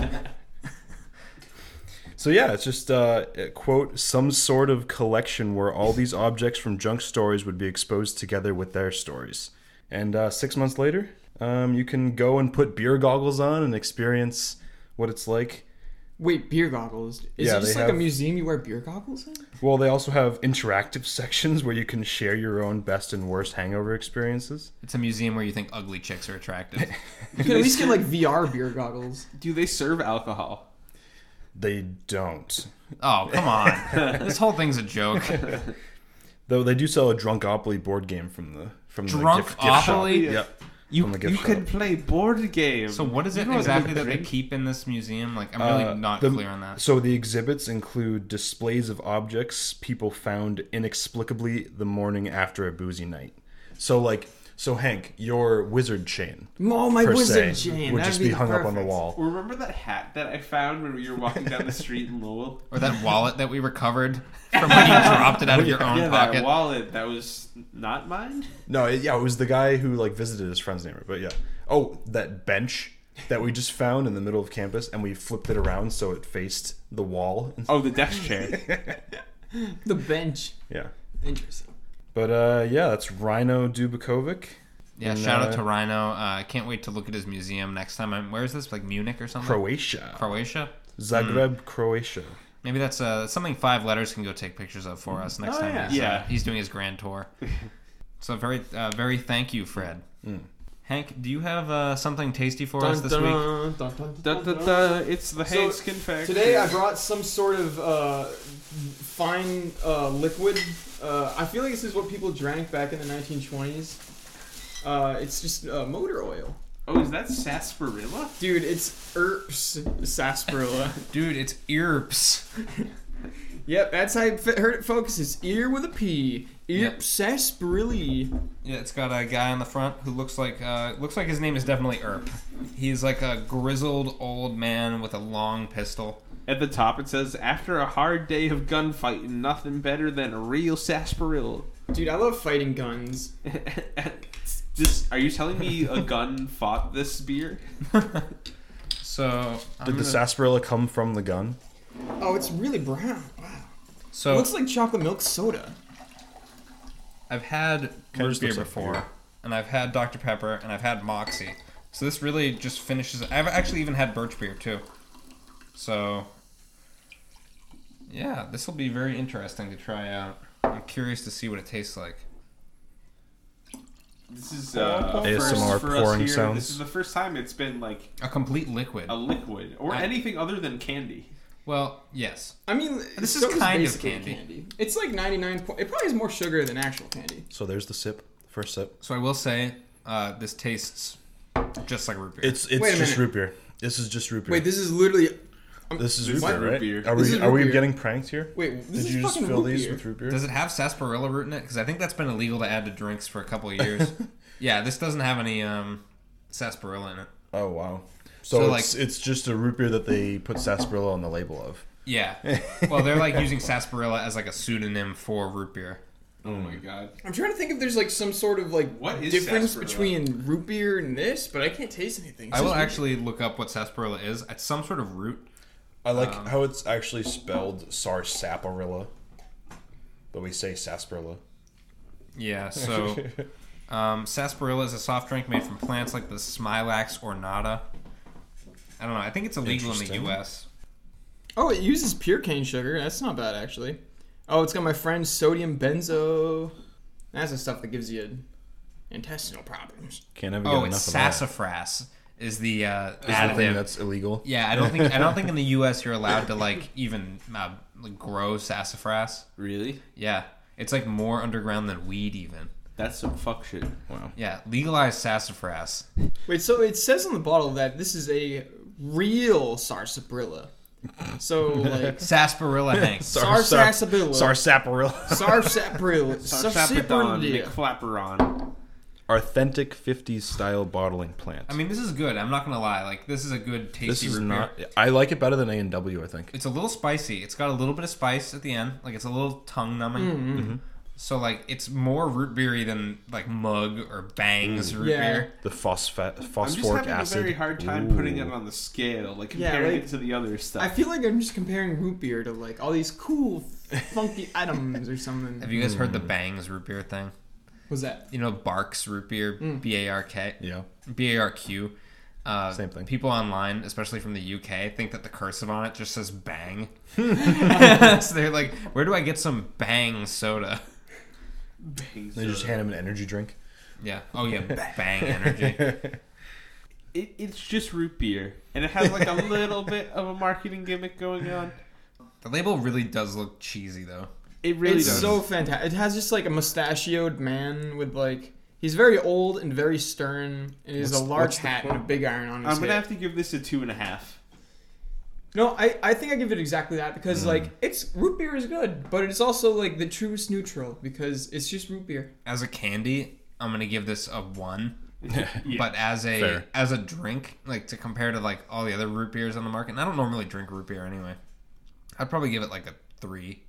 Speaker 5: So yeah, it's just uh, a quote some sort of collection where all these objects from junk stories would be exposed together with their stories. And uh, six months later, um, you can go and put beer goggles on and experience what it's like.
Speaker 3: Wait, beer goggles. Is
Speaker 5: Yeah,
Speaker 3: it just
Speaker 5: they
Speaker 3: like a
Speaker 5: have-
Speaker 3: museum you wear beer goggles in?
Speaker 5: Well, they also have interactive sections where you can share your own best and worst hangover experiences.
Speaker 2: It's a museum where you think ugly chicks are attractive.
Speaker 3: You can at least get like VR beer goggles.
Speaker 4: Do they serve alcohol?
Speaker 5: They don't.
Speaker 2: Oh, come on. This whole thing's a joke.
Speaker 5: Though they do sell a Drunkopoly board game from the from the gift, gift shop.
Speaker 2: Drunkopoly?
Speaker 5: Yep.
Speaker 4: You,
Speaker 5: From the gift
Speaker 4: you can
Speaker 5: shop.
Speaker 4: play board games.
Speaker 2: So what is it
Speaker 4: You know what
Speaker 2: exactly
Speaker 4: they
Speaker 2: that they
Speaker 4: drink?
Speaker 2: keep in this museum? Like, I'm really
Speaker 5: Uh,
Speaker 2: not
Speaker 5: the-
Speaker 2: clear on that.
Speaker 5: So the exhibits include displays of objects people found inexplicably the morning after a boozy night. So like, so Hank, your wizard chain
Speaker 3: Oh my
Speaker 5: per
Speaker 3: wizard
Speaker 5: se
Speaker 3: chain.
Speaker 5: would
Speaker 3: that'd
Speaker 5: just be, hung up on the
Speaker 3: perfect.
Speaker 5: wall.
Speaker 4: Remember that hat that I found when we were walking down the street in Lowell?
Speaker 2: Or that wallet that we recovered from when you dropped it out of your own
Speaker 4: yeah,
Speaker 2: pocket.
Speaker 4: that wallet that was not mine.
Speaker 5: No, it, yeah, it was the guy who like visited his friend's neighbor. But yeah, oh, that bench that we just found in the middle of campus, and we flipped it around so it faced the wall.
Speaker 4: Oh, the desk chair.
Speaker 3: The bench.
Speaker 5: Yeah.
Speaker 3: Interesting.
Speaker 5: But uh, yeah, that's Rhino Dubakovic.
Speaker 2: Yeah,
Speaker 5: And,
Speaker 2: shout out
Speaker 5: uh,
Speaker 2: to Rhino. Uh, I can't wait to look at his museum next time. I'm, where is this? Like Munich or something?
Speaker 5: Croatia.
Speaker 2: Croatia.
Speaker 5: Zagreb,
Speaker 2: Hmm.
Speaker 5: Croatia.
Speaker 2: Maybe that's uh, something five letters can go take pictures of for us next
Speaker 3: Oh,
Speaker 2: time.
Speaker 3: yeah.
Speaker 2: He's, uh,
Speaker 4: Yeah.
Speaker 2: he's doing his grand tour. so very, uh, very thank you, Fred.
Speaker 5: Mm.
Speaker 2: Hank, do you have uh, something tasty for us this week?
Speaker 3: dun, dun,
Speaker 4: Da,
Speaker 3: dun,
Speaker 4: da,
Speaker 3: dun.
Speaker 4: da, it's the
Speaker 3: So,
Speaker 4: Hague skin fact.
Speaker 3: Today I brought some sort of uh, fine uh, liquid. Uh, I feel like this is what people drank back in the 1920s. Uh, it's just uh, motor oil,
Speaker 4: Oh, is that sarsaparilla?
Speaker 3: dude. It's herbs sarsaparilla.
Speaker 2: Dude, it's earps.
Speaker 3: yep, that's how I f- heard it. Focus. It's ear with a P. Ear
Speaker 2: Yep.
Speaker 3: sarsaparilla.
Speaker 2: Yeah, it's got a guy on the front who looks like uh, looks like his name is definitely Erp. He's like a grizzled old man with a long pistol.
Speaker 4: At the top it says, after a hard day of gunfighting, nothing better than a real sarsaparilla.
Speaker 3: Dude, I love fighting guns.
Speaker 4: Just, are you telling me a gun fought this beer?
Speaker 2: So I'm
Speaker 5: Did the
Speaker 2: gonna-
Speaker 5: sarsaparilla come from the gun?
Speaker 3: Oh, it's really brown. Wow.
Speaker 2: so
Speaker 3: looks like chocolate milk soda.
Speaker 2: I've had
Speaker 5: Kinda
Speaker 2: root
Speaker 5: just
Speaker 2: beer
Speaker 5: looks like
Speaker 2: before,
Speaker 5: beer.
Speaker 2: and I've had Dr Pepper, and I've had Moxie. So this really just finishes. I've actually even had birch beer too. So yeah, this will be very interesting to try out. I'm curious to see what it tastes like.
Speaker 4: This is uh, a
Speaker 5: ASMR
Speaker 4: first for us
Speaker 5: pouring
Speaker 4: here.
Speaker 5: sounds.
Speaker 4: This is the first time it's been like
Speaker 2: A complete liquid.
Speaker 4: a liquid or
Speaker 2: I-
Speaker 4: anything other than candy.
Speaker 2: Well, yes.
Speaker 3: I mean,
Speaker 2: This is
Speaker 3: soda's
Speaker 2: kind of
Speaker 3: basically
Speaker 2: candy.
Speaker 3: It's like 99. Po- it probably has more sugar than actual candy.
Speaker 5: So there's the sip. First sip.
Speaker 2: So I will say uh, this tastes just like root beer.
Speaker 5: It's it's
Speaker 3: Wait a
Speaker 5: just
Speaker 3: minute.
Speaker 5: root beer. This is just root beer.
Speaker 3: Wait, this is literally.
Speaker 5: this is root
Speaker 4: is
Speaker 5: beer,
Speaker 4: root
Speaker 5: right?
Speaker 4: beer.
Speaker 5: Are
Speaker 3: This
Speaker 5: we
Speaker 3: is
Speaker 5: are
Speaker 3: root
Speaker 5: we
Speaker 3: beer.
Speaker 5: getting pranked here?
Speaker 3: Wait, this
Speaker 5: Did
Speaker 3: is
Speaker 5: you just
Speaker 3: fucking
Speaker 5: fill
Speaker 3: root
Speaker 5: these
Speaker 3: beer.
Speaker 5: with root beer?
Speaker 2: Does it have sarsaparilla root in it? Because I think that's been illegal to add to drinks for a couple of years. yeah, this doesn't have any um, sarsaparilla in it.
Speaker 5: oh wow. So,
Speaker 2: So,
Speaker 5: it's it's just a root beer that they put sarsaparilla on the label of.
Speaker 2: Yeah. Well, they're like using sarsaparilla as like a pseudonym for root beer.
Speaker 4: Oh my god!
Speaker 3: I'm trying to think if there's like some sort of like
Speaker 4: What is
Speaker 3: difference
Speaker 4: sarsaparilla?
Speaker 3: between root beer and this, but I can't taste anything. It's
Speaker 2: I will
Speaker 3: just-
Speaker 2: actually look up what sarsaparilla is. It's some sort of root.
Speaker 5: I like
Speaker 3: Um,
Speaker 5: how it's actually spelled sarsaparilla, but we say sarsaparilla.
Speaker 2: Yeah. So, um, sarsaparilla is a soft drink made from plants like the smilax or nata. I don't know. I think it's illegal in the
Speaker 5: Interesting.
Speaker 2: U.S.
Speaker 3: Oh, it uses pure cane sugar. That's not bad actually. Oh, it's got my friend's sodium benzo. That's the stuff that gives you intestinal problems.
Speaker 5: Can't ever get
Speaker 2: Oh,
Speaker 5: enough
Speaker 2: it's
Speaker 5: of that.
Speaker 2: sassafras is the uh,
Speaker 5: Is the thing
Speaker 2: additive.
Speaker 5: that's illegal.
Speaker 2: Yeah, I don't think I don't think in the U.S. you're allowed to like even uh, like, grow sassafras.
Speaker 4: Really?
Speaker 2: Yeah, it's like more underground than weed even.
Speaker 4: That's some fuck shit.
Speaker 5: Wow.
Speaker 2: Yeah, legalize sassafras.
Speaker 3: Wait, so it says on the bottle that this is a real sarsaparilla. So like
Speaker 2: Sarsaparilla, Hank.
Speaker 3: Sarsaparilla.
Speaker 5: Sarsaparilla.
Speaker 3: sarsaparilla,
Speaker 4: Sarsapadon,
Speaker 3: sarsaparilla.
Speaker 4: McFlapperon.
Speaker 5: Authentic 50s style bottling plant.
Speaker 2: I mean, this is good. I'm not gonna lie. Like, this is a good tasty.
Speaker 5: this is
Speaker 2: root
Speaker 5: not.
Speaker 2: Beer.
Speaker 5: I like it better than A and W. I think.
Speaker 2: It's a little spicy. It's got a little bit of spice at the end. Like, it's a little tongue numbing.
Speaker 5: Mm-hmm.
Speaker 2: So like, it's more root beery than like Mug or Bangs
Speaker 5: Mm.
Speaker 2: root
Speaker 3: Yeah.
Speaker 2: beer.
Speaker 5: The phosphat
Speaker 4: I'm just
Speaker 5: phosphoric
Speaker 4: having
Speaker 5: acid.
Speaker 4: a very hard time
Speaker 5: Ooh.
Speaker 4: putting it on the scale, like
Speaker 3: Yeah,
Speaker 4: comparing
Speaker 3: like-
Speaker 4: it to the other
Speaker 3: I
Speaker 4: stuff.
Speaker 3: feel like I'm just comparing root beer to like all these cool, funky items or
Speaker 2: Have
Speaker 3: something.
Speaker 2: you guys heard
Speaker 5: Mm.
Speaker 2: the Bangs root beer thing?
Speaker 3: Was that?
Speaker 2: You know, Barks root beer, B A R K,
Speaker 5: Yeah.
Speaker 2: B A R Q. Uh,
Speaker 5: Same thing.
Speaker 2: People online, especially from the UK, think that the cursive on it just says "bang." so they're like, "Where do I get some bang soda?"
Speaker 5: They just hand him an energy drink.
Speaker 2: Yeah. Oh yeah, bang energy.
Speaker 4: it, it's just root beer, and it has like a little bit of a marketing gimmick going on.
Speaker 2: The label really does look cheesy though.
Speaker 4: It really
Speaker 3: it's
Speaker 4: does.
Speaker 3: so fantastic. It has just like a mustachioed man with like he's very old and very stern, and he has a
Speaker 5: What's-
Speaker 3: large
Speaker 5: what's the
Speaker 3: hat and a big iron on his
Speaker 4: I'm gonna
Speaker 3: head.
Speaker 4: have to give this a two and a half.
Speaker 3: No, I, I think I give it exactly that
Speaker 4: Mm.
Speaker 3: because like it's root beer is good, but it's also like the truest neutral because it's just root beer.
Speaker 2: As a candy, I'm gonna give this a one. But as a
Speaker 5: Fair.
Speaker 2: as a drink, like to compare to like all the other root beers on the market, and I don't normally drink root beer anyway. I'd probably give it like a three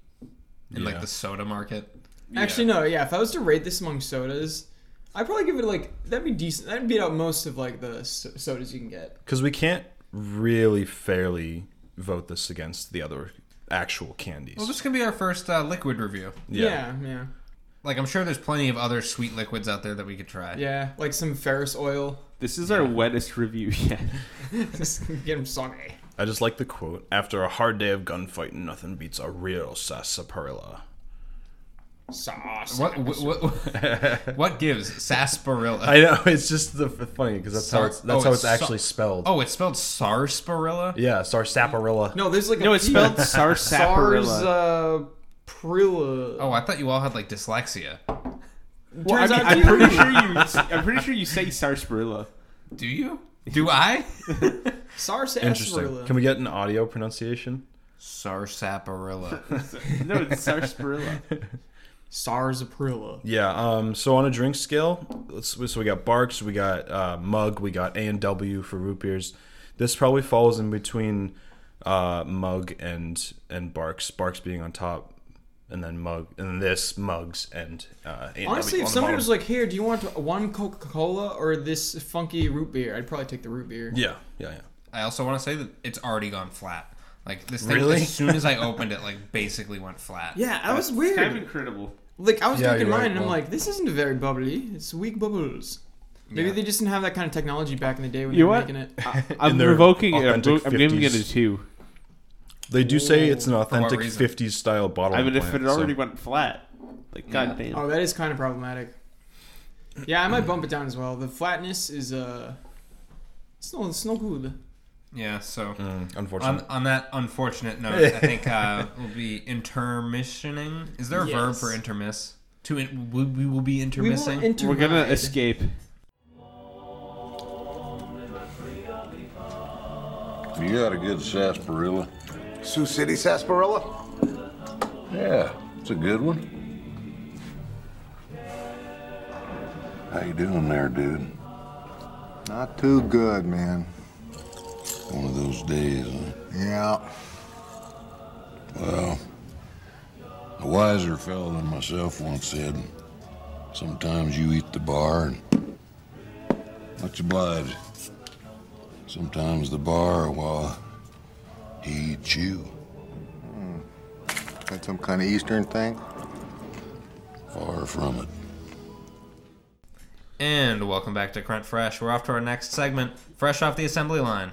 Speaker 2: in like
Speaker 5: Yeah.
Speaker 2: the soda market.
Speaker 3: Actually, no, yeah. If I was to rate this among sodas, I'd probably give it like that'd be decent. That'd beat out most of like the so- sodas you can get.
Speaker 5: Because we can't really fairly vote this against the other actual candies.
Speaker 2: Well, this could be our first uh, liquid review.
Speaker 3: Yeah, yeah.
Speaker 2: like I'm sure there's plenty of other sweet liquids out there that we could try.
Speaker 3: Yeah, like some Ferris oil.
Speaker 4: This is our wettest review yet.
Speaker 3: Just get him soggy.
Speaker 5: I just like the quote. After a hard day of gunfighting, nothing beats a real sarsaparilla.
Speaker 3: Sauce.
Speaker 2: What what, what what gives sarsaparilla?
Speaker 5: I know it's just the funny because that's how it's,
Speaker 2: Sar-
Speaker 5: that's
Speaker 2: oh,
Speaker 5: how
Speaker 2: it's sa-
Speaker 5: it's actually spelled.
Speaker 2: oh, it's spelled sarsaparilla.
Speaker 5: Yeah, sarsaparilla.
Speaker 3: No, there's like a
Speaker 4: No, it's
Speaker 3: P-
Speaker 4: spelled
Speaker 3: SARS
Speaker 4: sarsaparilla.
Speaker 3: uh, Prilla.
Speaker 2: Oh, I thought you all had like dyslexia.
Speaker 4: Well,
Speaker 3: turns
Speaker 4: I
Speaker 3: out
Speaker 4: am
Speaker 3: you-
Speaker 4: pretty sure you. I'm pretty sure you say sarsaparilla.
Speaker 2: Do you? Do I?
Speaker 3: SARS
Speaker 5: Interesting. Can we get an audio pronunciation?
Speaker 2: sarsaparilla.
Speaker 4: No, it's sarsaparilla.
Speaker 3: SARS Prilla.
Speaker 5: Yeah. Um. So on a drink scale, let's, so we got Barks, we got uh, Mug, we got A and W for root beers. This probably falls in between uh, Mug and and Barks. Barks being on top, and then Mug, and then this Mugs and uh, A and
Speaker 3: Honestly,
Speaker 5: W
Speaker 3: if
Speaker 5: on the
Speaker 3: somebody
Speaker 5: bottom.
Speaker 3: was like, "Here, do you want one Coca-Cola or this funky root beer?" I'd probably take the root beer.
Speaker 5: yeah, yeah, yeah.
Speaker 2: I also want to say that it's already gone flat. Like this thing,
Speaker 5: Really?
Speaker 2: as soon as I opened it, like basically went flat.
Speaker 3: Yeah, that was
Speaker 4: It's
Speaker 3: weird.
Speaker 4: kind of incredible.
Speaker 3: Like I was
Speaker 5: Yeah,
Speaker 3: drinking
Speaker 5: you're
Speaker 3: mine,
Speaker 5: right,
Speaker 3: and I'm
Speaker 5: well-
Speaker 3: like, "This isn't very bubbly. It's weak bubbles." Maybe
Speaker 2: Yeah.
Speaker 3: they just didn't have that kind of technology back in the day when
Speaker 4: You
Speaker 3: they were
Speaker 4: what?
Speaker 3: making it.
Speaker 4: I'm
Speaker 5: their
Speaker 4: revoking it. I'm,
Speaker 5: authentic
Speaker 4: go- I'm giving it a
Speaker 5: 50s.
Speaker 4: two.
Speaker 5: They do say it's an
Speaker 2: what
Speaker 5: authentic
Speaker 2: reason?
Speaker 5: '50s style bottle.
Speaker 4: I mean, if
Speaker 5: plant,
Speaker 4: it already went flat, like goddamn.
Speaker 3: Oh, that is kind of problematic. Yeah, I might bump it down as well. The flatness is uh, it's no, it's no good.
Speaker 2: Yeah. So
Speaker 5: so, mm, unfortunately,
Speaker 2: on, on that unfortunate note, I think uh, we'll be intermissioning. Is there a verb
Speaker 3: Yes.
Speaker 2: for intermiss? To in- we, we will be
Speaker 3: We will
Speaker 2: intermissing.
Speaker 3: intermide.
Speaker 4: We're gonna escape.
Speaker 6: You got a good sarsaparilla.
Speaker 7: Sioux City sarsaparilla?
Speaker 6: Yeah, it's a good one. How you doing there, dude?
Speaker 7: Not too good, man.
Speaker 6: One of those days. Huh?
Speaker 7: Yeah.
Speaker 6: Well, a wiser fellow than myself once said, "Sometimes you eat the bar, and much obliged. Sometimes the bar, while he eats you."
Speaker 7: That's some kind of Eastern thing.
Speaker 6: Far from it.
Speaker 2: And welcome back to Crunch Fresh. We're off to our next segment, fresh off the assembly line.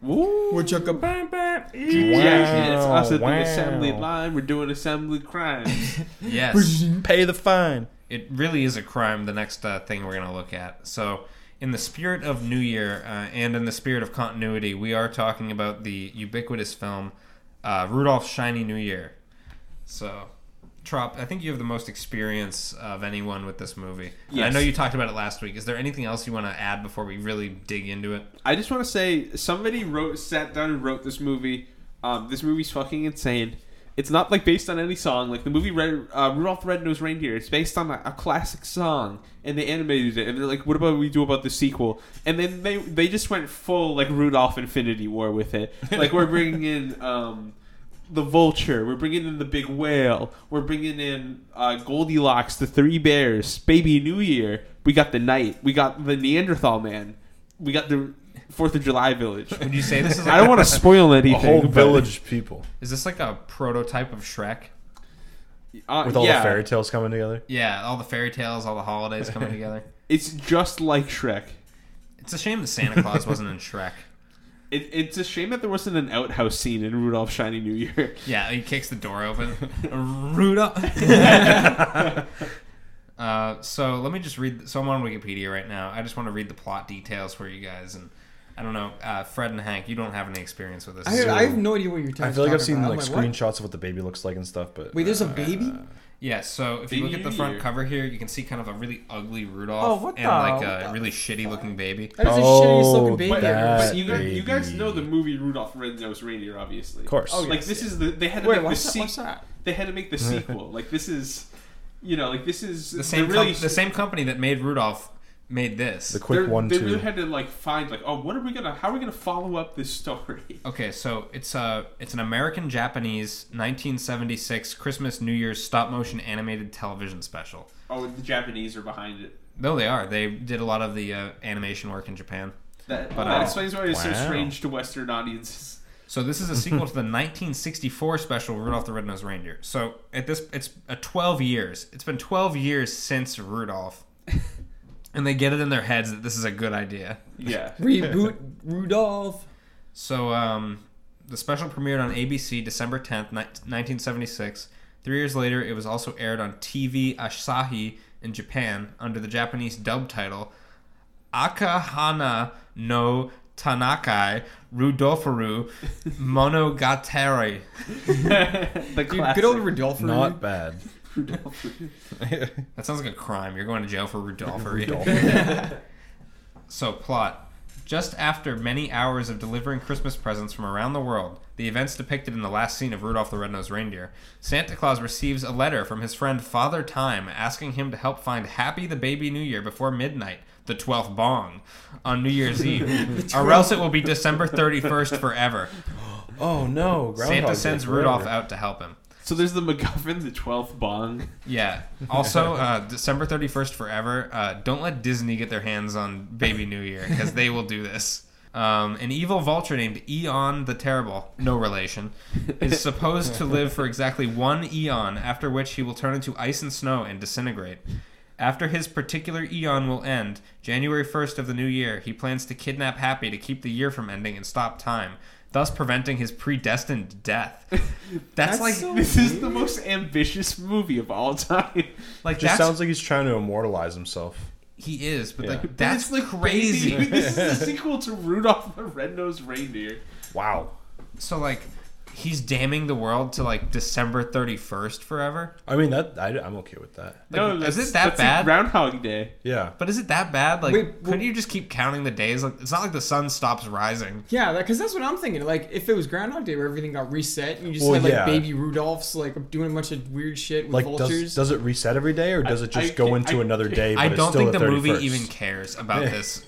Speaker 4: Woo!
Speaker 3: Woodchuck bam bam. eat.
Speaker 4: Yeah, it's us at
Speaker 5: Wow.
Speaker 4: the assembly line. We're doing assembly crimes.
Speaker 2: Yes,
Speaker 5: pay the fine.
Speaker 2: it really is a crime. The next uh, thing we're going to look at. So, in the spirit of New Year uh, and in the spirit of continuity, we are talking about the ubiquitous film uh, Rudolph's Shiny New Year. So, Trop, I think you have the most experience of anyone with this movie. And I
Speaker 4: Yes.
Speaker 2: know you talked about it last week. Is there anything else you want to add before we really dig into it?
Speaker 4: I just want to say somebody wrote, sat down and wrote this movie. Um, this movie's fucking insane. It's not like based on any song. Like the movie Red, uh, Rudolph the Red-Nosed Reindeer. It's based on a, a classic song, and they animated it. And they're like, "What about we do about the sequel?" And then they they just went full like Rudolph Infinity War with it. Like we're bringing in. Um, the vulture. We're bringing in the big whale. We're bringing in uh, Goldilocks, the three bears, Baby New Year. We got the knight. We got the Neanderthal man. We got the Fourth of July village.
Speaker 2: Would you say this is
Speaker 4: I don't
Speaker 2: like,
Speaker 4: want to spoil
Speaker 5: A
Speaker 4: anything.
Speaker 5: whole
Speaker 4: but-
Speaker 5: village of people
Speaker 2: is this like a prototype of Shrek?
Speaker 4: Uh,
Speaker 5: with all
Speaker 4: yeah,
Speaker 5: the fairy tales coming together.
Speaker 2: Yeah, all the fairy tales, all the holidays coming together.
Speaker 4: It's just like Shrek.
Speaker 2: It's a shame that Santa Claus wasn't in Shrek.
Speaker 4: It, it's a shame that there wasn't an outhouse scene in Rudolph Shiny New Year.
Speaker 2: Yeah, he kicks the door open. Rudolph. uh, so let me just read. So I'm on Wikipedia right now. I just want to read the plot details for you guys. And I don't know, uh, Fred and Hank, you don't have any experience with this.
Speaker 3: I have, I have no idea what you're talking about.
Speaker 5: I feel like I've seen
Speaker 3: I'm
Speaker 5: like
Speaker 3: what?
Speaker 5: screenshots of what the baby looks like and stuff, but
Speaker 3: Wait, there's a baby.
Speaker 2: yeah. So if you look at the front
Speaker 4: Baby.
Speaker 2: cover here, you can see kind of a really ugly Rudolph
Speaker 3: Oh, what
Speaker 2: and
Speaker 3: the-
Speaker 2: like
Speaker 3: what
Speaker 2: a
Speaker 3: the-
Speaker 2: really shitty looking baby.
Speaker 3: That is the shittiest looking
Speaker 5: Oh,
Speaker 3: baby. I've ever
Speaker 5: that
Speaker 4: But you guys, you guys
Speaker 5: baby.
Speaker 4: know the movie Rudolph Red Nosed Reindeer, obviously.
Speaker 5: Of course.
Speaker 4: Like this is the they had to
Speaker 3: Wait,
Speaker 4: make the
Speaker 3: what's that-
Speaker 4: se-
Speaker 3: what's that?
Speaker 4: They had to make the sequel. like this is, you know, like this is
Speaker 2: The same,
Speaker 4: Really,
Speaker 2: com- the same company that made Rudolph made this.
Speaker 5: the
Speaker 4: they're-
Speaker 5: quick one
Speaker 4: They
Speaker 5: two.
Speaker 4: really had to like find like, oh, what are we gonna? How are we gonna follow up this story?
Speaker 2: Okay, so it's a it's an American Japanese 1976 Christmas New Year's stop motion animated television special.
Speaker 4: Oh, the Japanese are behind it.
Speaker 2: No, they are. They did a lot of the uh, animation work in Japan.
Speaker 4: That,
Speaker 2: But,
Speaker 4: that
Speaker 2: uh,
Speaker 4: explains why it's so
Speaker 5: wow.
Speaker 4: strange to Western audiences.
Speaker 2: So this is a sequel to the 1964 special Rudolph the Red-Nosed Reindeer. So at this, it's a 12 years. It's been 12 years since Rudolph, and they get it in their heads that this is a good idea.
Speaker 4: Yeah.
Speaker 3: Reboot Rudolph.
Speaker 2: So um, the special premiered on ABC December 10th, ni- 1976. Three years later, it was also aired on TV Asahi in Japan under the Japanese dub title Akahana no Tanakai Rudofaru Monogatari.
Speaker 4: The
Speaker 3: Dude,
Speaker 4: classic.
Speaker 3: good old Rudolph.
Speaker 5: Not bad.
Speaker 2: That sounds like a crime. You're going to jail for Rudolphery. so, plot. Just after many hours of delivering Christmas presents from around the world, the events depicted in the last scene of Rudolph the Red-Nosed Reindeer, Santa Claus receives a letter from his friend Father Time asking him to help find Happy the Baby New Year before midnight, the 12th bong, on New Year's Eve, or else it will be December 31st forever.
Speaker 5: Oh no!
Speaker 2: Santa
Speaker 5: Groundhog
Speaker 2: sends
Speaker 5: Day
Speaker 2: Rudolph
Speaker 5: forever.
Speaker 2: out to help him.
Speaker 4: So there's the MacGuffin, the twelfth bong.
Speaker 2: Yeah. Also, uh, December 31st forever. Uh, don't let Disney get their hands on Baby New Year because they will do this. Um, an evil vulture named Eon the Terrible, no relation, is supposed to live for exactly one eon, after which he will turn into ice and snow and disintegrate. After his particular eon will end, January 1st of the new year, he plans to kidnap Happy to keep the year from ending and stop time, thus preventing his predestined death. That's, like
Speaker 4: This is the most ambitious movie of all time.
Speaker 2: like
Speaker 5: Just
Speaker 2: that's
Speaker 5: sounds like he's trying to immortalize himself.
Speaker 2: He is, but
Speaker 5: Yeah.
Speaker 2: like
Speaker 4: But
Speaker 2: that's
Speaker 4: it's like
Speaker 2: crazy.
Speaker 4: baby, this is the sequel to Rudolph the Red-Nosed Reindeer.
Speaker 5: Wow.
Speaker 2: So like he's damning the world to like December 31st forever.
Speaker 5: I mean that I, am okay with that.
Speaker 2: Like,
Speaker 4: no,
Speaker 2: is
Speaker 4: that's,
Speaker 2: it that
Speaker 4: that's a
Speaker 2: bad?
Speaker 4: Groundhog Day.
Speaker 5: Yeah.
Speaker 2: But is it that bad? Like
Speaker 3: Wait,
Speaker 2: couldn't you just keep counting the days? Like it's not like the sun stops rising.
Speaker 3: Yeah, because that's what I'm thinking. Like, if it was Groundhog Day where everything got reset and you just
Speaker 5: Well,
Speaker 3: had like
Speaker 5: yeah.
Speaker 3: baby Rudolphs like doing a bunch of weird shit with
Speaker 5: Like
Speaker 3: vultures.
Speaker 5: does, does it reset every day or does it just
Speaker 4: I-
Speaker 5: go
Speaker 4: I-
Speaker 5: into another day? But
Speaker 2: I
Speaker 5: it's
Speaker 2: don't think
Speaker 5: still
Speaker 2: the movie
Speaker 5: 31st?
Speaker 2: even cares about this.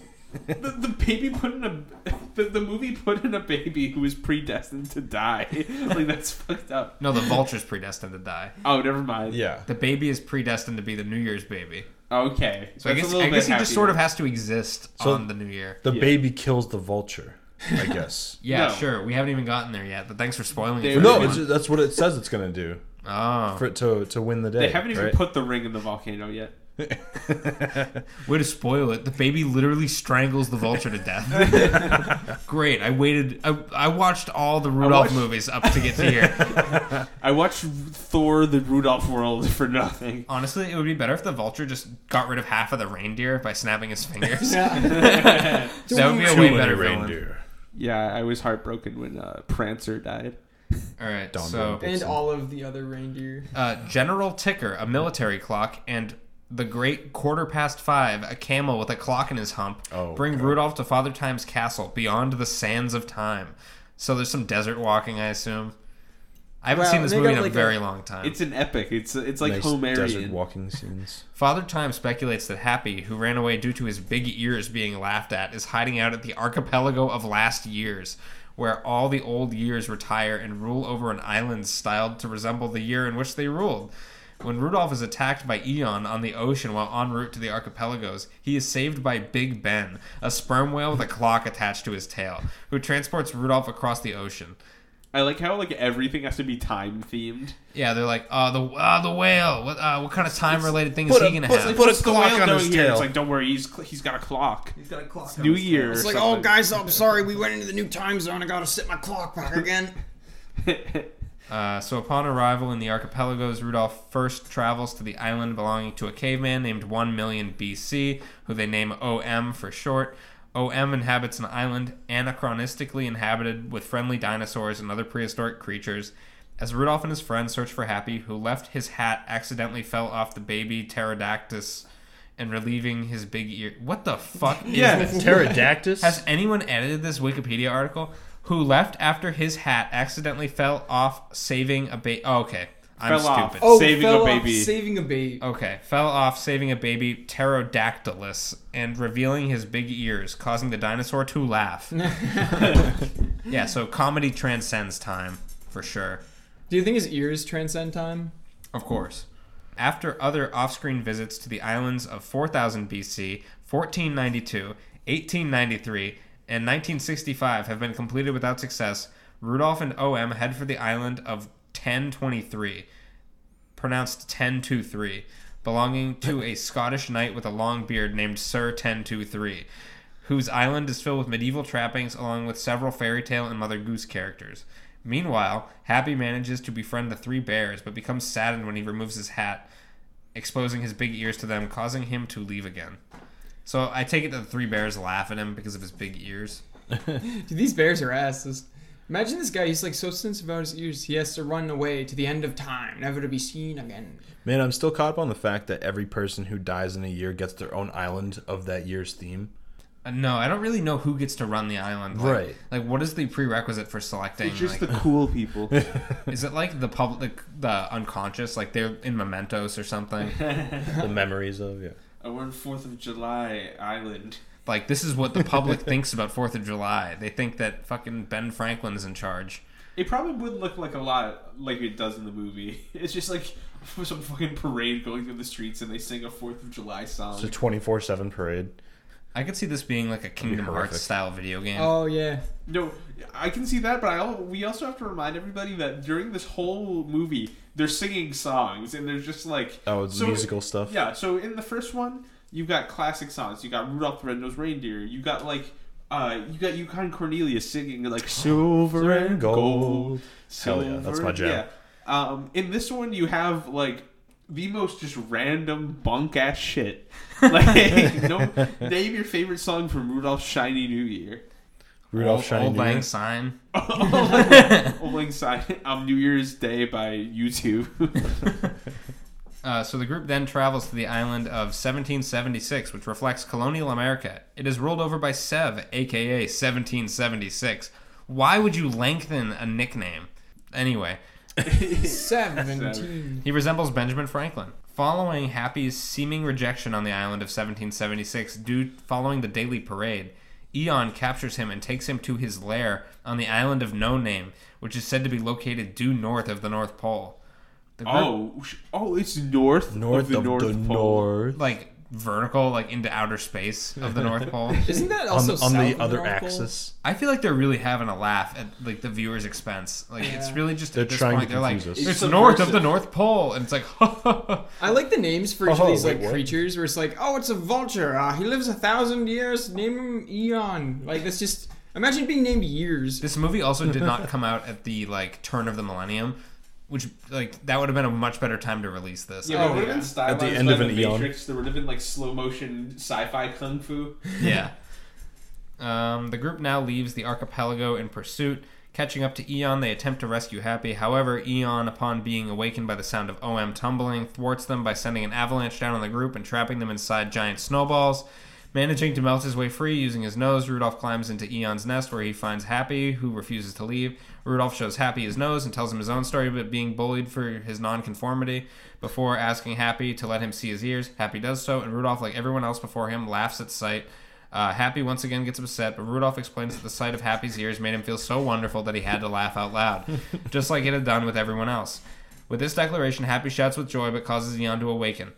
Speaker 4: The, the baby put in a the, the movie put in a baby who was predestined to die. like that's fucked up.
Speaker 2: No, the vulture's predestined to die.
Speaker 4: Oh, never mind.
Speaker 5: Yeah.
Speaker 2: The baby is predestined to be the New Year's baby.
Speaker 4: Okay.
Speaker 2: So I
Speaker 4: that's
Speaker 2: guess,
Speaker 4: a
Speaker 2: I guess
Speaker 4: little bit
Speaker 2: he just
Speaker 4: happier.
Speaker 2: sort of has to exist
Speaker 5: So-
Speaker 2: on the New Year.
Speaker 5: The
Speaker 4: Yeah.
Speaker 5: baby kills the vulture. I guess.
Speaker 2: Yeah,
Speaker 4: No.
Speaker 2: sure. We haven't even gotten there yet, but thanks for spoiling it.
Speaker 4: They-
Speaker 2: for
Speaker 5: no,
Speaker 2: everyone.
Speaker 5: it's, that's what it says it's gonna do
Speaker 2: oh,
Speaker 5: for it to to win the day.
Speaker 4: They haven't even
Speaker 5: right?
Speaker 4: put the ring in the volcano yet.
Speaker 2: Way to spoil it. The baby literally strangles the vulture to death. Great. I waited. I, I watched all the Rudolph
Speaker 4: watched-
Speaker 2: movies up to get to here.
Speaker 4: I watched Thor: The Rudolph World for nothing.
Speaker 2: Honestly, it would be better if the vulture just got rid of half of the reindeer by snapping his fingers. that would be a
Speaker 5: Too
Speaker 2: way
Speaker 5: many
Speaker 2: better reindeer.
Speaker 5: reindeer.
Speaker 4: Yeah, I was heartbroken when uh, Prancer died.
Speaker 2: All right.
Speaker 5: Don't
Speaker 2: so,
Speaker 5: do it.
Speaker 3: and all of the other reindeer.
Speaker 2: uh, General Ticker, a military clock, and the great quarter past five, a camel with a clock in his hump,
Speaker 5: Oh,
Speaker 2: bring
Speaker 5: God.
Speaker 2: Rudolph to Father Time's castle beyond the sands of time. So there's some desert walking, I assume. I haven't
Speaker 3: Well,
Speaker 2: seen this
Speaker 3: they
Speaker 2: movie in
Speaker 3: got
Speaker 2: a
Speaker 3: like a-
Speaker 2: very long time.
Speaker 4: It's an epic. It's it's like
Speaker 5: Nice desert
Speaker 4: Homerian.
Speaker 5: walking scenes.
Speaker 2: Father Time speculates that Happy, who ran away due to his big ears being laughed at, is hiding out at the archipelago of last years, where all the old years retire and rule over an island styled to resemble the year in which they ruled. When Rudolph is attacked by Eon on the ocean while en route to the archipelagos, he is saved by Big Ben, a sperm whale with a clock attached to his tail, who transports Rudolph across the ocean.
Speaker 4: I like how like everything has to be time themed.
Speaker 2: Yeah, they're like, oh, the uh, the whale. What uh, what kind of time related thing is he gonna have?
Speaker 5: Put a
Speaker 4: What's the
Speaker 5: clock
Speaker 4: whale
Speaker 5: on
Speaker 4: doing
Speaker 5: his
Speaker 4: here?
Speaker 5: tail.
Speaker 4: It's like don't worry, he's cl- he's got a clock. He's got a clock. It's New Year.
Speaker 3: It's like, oh guys, I'm sorry, we went into the new time zone. I gotta set my clock back again.
Speaker 2: Uh, so upon arrival in the archipelagos, Rudolph first travels to the island belonging to a caveman named 1 million BC, who they name OM for short. OM inhabits an island anachronistically inhabited with friendly dinosaurs and other prehistoric creatures. As Rudolph and his friends search for Happy, who left his hat accidentally fell off the baby pterodactys and relieving his big ear. What the fuck is this?
Speaker 5: Pterodactys.
Speaker 2: Has anyone edited this Wikipedia article? Who left after his hat accidentally fell off, saving a baby? Oh, okay, I'm
Speaker 4: Fell off.
Speaker 2: stupid.
Speaker 4: Oh, Saving
Speaker 3: fell
Speaker 4: a
Speaker 3: off,
Speaker 4: baby.
Speaker 3: saving a baby.
Speaker 2: Okay, fell off, saving a baby pterodactylus and revealing his big ears, causing the dinosaur to laugh. yeah, so comedy transcends time for sure.
Speaker 3: Do you think his ears transcend time?
Speaker 2: Of course. After other off screen visits to the islands of 4000 BC, 1492, 1893, and 1965 have been completed without success, Rudolph and OM head for the island of 1023, pronounced 1023, belonging to a Scottish knight with a long beard named Sir 1023, whose island is filled with medieval trappings along with several fairy tale and Mother Goose characters. Meanwhile, Happy manages to befriend the three bears, but becomes saddened when he removes his hat, exposing his big ears to them, causing him to leave again. So I take it that the three bears laugh at him because of his big ears.
Speaker 3: Dude, these bears are asses. Imagine this guy. He's like so sensitive about his ears. He has to run away to the end of time, never to be seen again.
Speaker 5: Man, I'm still caught up on the fact that every person who dies in a year gets their own island of that year's theme.
Speaker 2: Uh, No, I don't really know who gets to run the island. Like,
Speaker 5: Right.
Speaker 2: Like, what is the prerequisite for selecting?
Speaker 4: It's just
Speaker 2: like,
Speaker 4: the cool people.
Speaker 2: is it like the public, the unconscious, like they're in mementos or something?
Speaker 5: the memories of, yeah.
Speaker 4: I won Fourth of July Island.
Speaker 2: like this is what the public thinks about Fourth of July. They think that fucking Ben Franklin is in charge.
Speaker 4: It probably would look like a lot like it does in the movie. It's just like some fucking parade going through the streets and they sing a Fourth of July song.
Speaker 5: It's a 24 7 parade.
Speaker 2: I could see this being like a Kingdom
Speaker 5: horrific.
Speaker 2: Hearts style video game.
Speaker 3: Oh yeah,
Speaker 4: No, I can see that, but I al- we also have to remind everybody that during this whole movie, they're singing songs and there's just like
Speaker 5: Oh, it's
Speaker 4: so-
Speaker 5: musical stuff.
Speaker 4: Yeah, so in the first one, you've got classic songs. You got Rudolph the Red-Nosed Reindeer. You got like uh, you got Yukon Cornelius singing like
Speaker 5: Silver and gold.
Speaker 4: Silver,
Speaker 5: Hell yeah, that's my jam.
Speaker 4: yeah. Um, in this one, you have like the most just random bunk ass shit. Like, no, name your favorite song from Rudolph's Shiny New Year.
Speaker 5: Rudolph
Speaker 2: Old,
Speaker 5: Shiny
Speaker 2: old
Speaker 5: New
Speaker 2: Lang
Speaker 5: Year.
Speaker 2: Syne.
Speaker 4: Old Lang Syne, um, New Year's Day by U2.
Speaker 2: Uh, so the group then travels to the island of 1776, which reflects colonial America. It is ruled over by Sev, aka 1776. Why would you lengthen a nickname? Anyway,
Speaker 3: seventeen.
Speaker 2: He resembles Benjamin Franklin. Following Happy's seeming rejection on the island of 1776, due following the daily parade, Eon captures him and takes him to his lair on the island of No Name, which is said to be located due north of the North Pole. The group,
Speaker 4: oh, sh- oh, it's north, of
Speaker 5: North
Speaker 4: the
Speaker 5: of
Speaker 4: North
Speaker 5: the
Speaker 4: Pole.
Speaker 5: North.
Speaker 2: like vertical, like into outer space of the North Pole.
Speaker 3: Isn't that
Speaker 5: On,
Speaker 3: also
Speaker 5: on
Speaker 3: south
Speaker 5: the
Speaker 3: of
Speaker 5: other
Speaker 3: North Pole?
Speaker 5: axis.
Speaker 2: I feel like they're really having a laugh at like the viewer's expense. Like it's
Speaker 3: Yeah.
Speaker 2: really just
Speaker 5: They're
Speaker 2: at this
Speaker 5: trying to
Speaker 2: point they're like,
Speaker 5: confuse us.
Speaker 2: it's
Speaker 4: It's
Speaker 2: north of
Speaker 4: subversive.
Speaker 2: the North Pole, and it's like,
Speaker 3: I like the names for each
Speaker 5: Oh,
Speaker 3: of these
Speaker 5: wait,
Speaker 3: like
Speaker 5: what?
Speaker 3: creatures. Where it's like, oh, it's a vulture. Uh, he lives a thousand years. Name him Eon. Like that's just imagine being named years.
Speaker 2: This movie also did not come out at the like turn of the millennium, which like that would have been a much better time to release this.
Speaker 3: Oh,
Speaker 4: Yeah, but it would have
Speaker 3: yeah.
Speaker 4: been
Speaker 5: At
Speaker 4: stylized
Speaker 5: the end
Speaker 4: by
Speaker 5: of
Speaker 4: the
Speaker 5: an eon.
Speaker 4: Matrix. There would have been like slow motion sci-fi kung fu.
Speaker 2: Yeah. Um, the group now leaves the archipelago in pursuit. Catching up to Eon, they attempt to rescue Happy. However, Eon, upon being awakened by the sound of OM tumbling, thwarts them by sending an avalanche down on the group and trapping them inside giant snowballs. Managing to melt his way free using his nose, Rudolph climbs into Eon's nest where he finds Happy, who refuses to leave. Rudolph shows Happy his nose and tells him his own story about being bullied for his nonconformity before asking Happy to let him see his ears. Happy does so, and Rudolph, like everyone else before him, laughs at sight. Uh, Happy once again gets upset, but Rudolph explains that the sight of Happy's ears made him feel so wonderful that he had to laugh out loud, just like it had done with everyone else. With this declaration, Happy shouts with joy but causes Eon to awaken.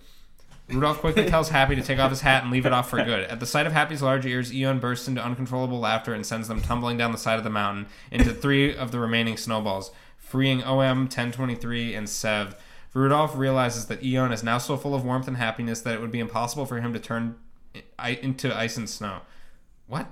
Speaker 2: Rudolph quickly tells Happy to take off his hat and leave it off for good. At the sight of Happy's large ears, Eon bursts into uncontrollable laughter and sends them tumbling down the side of the mountain into three of the remaining snowballs, freeing OM 1023 and Sev. Rudolph realizes that Eon is now so full of warmth and happiness that it would be impossible for him to turn i- into ice and snow. What?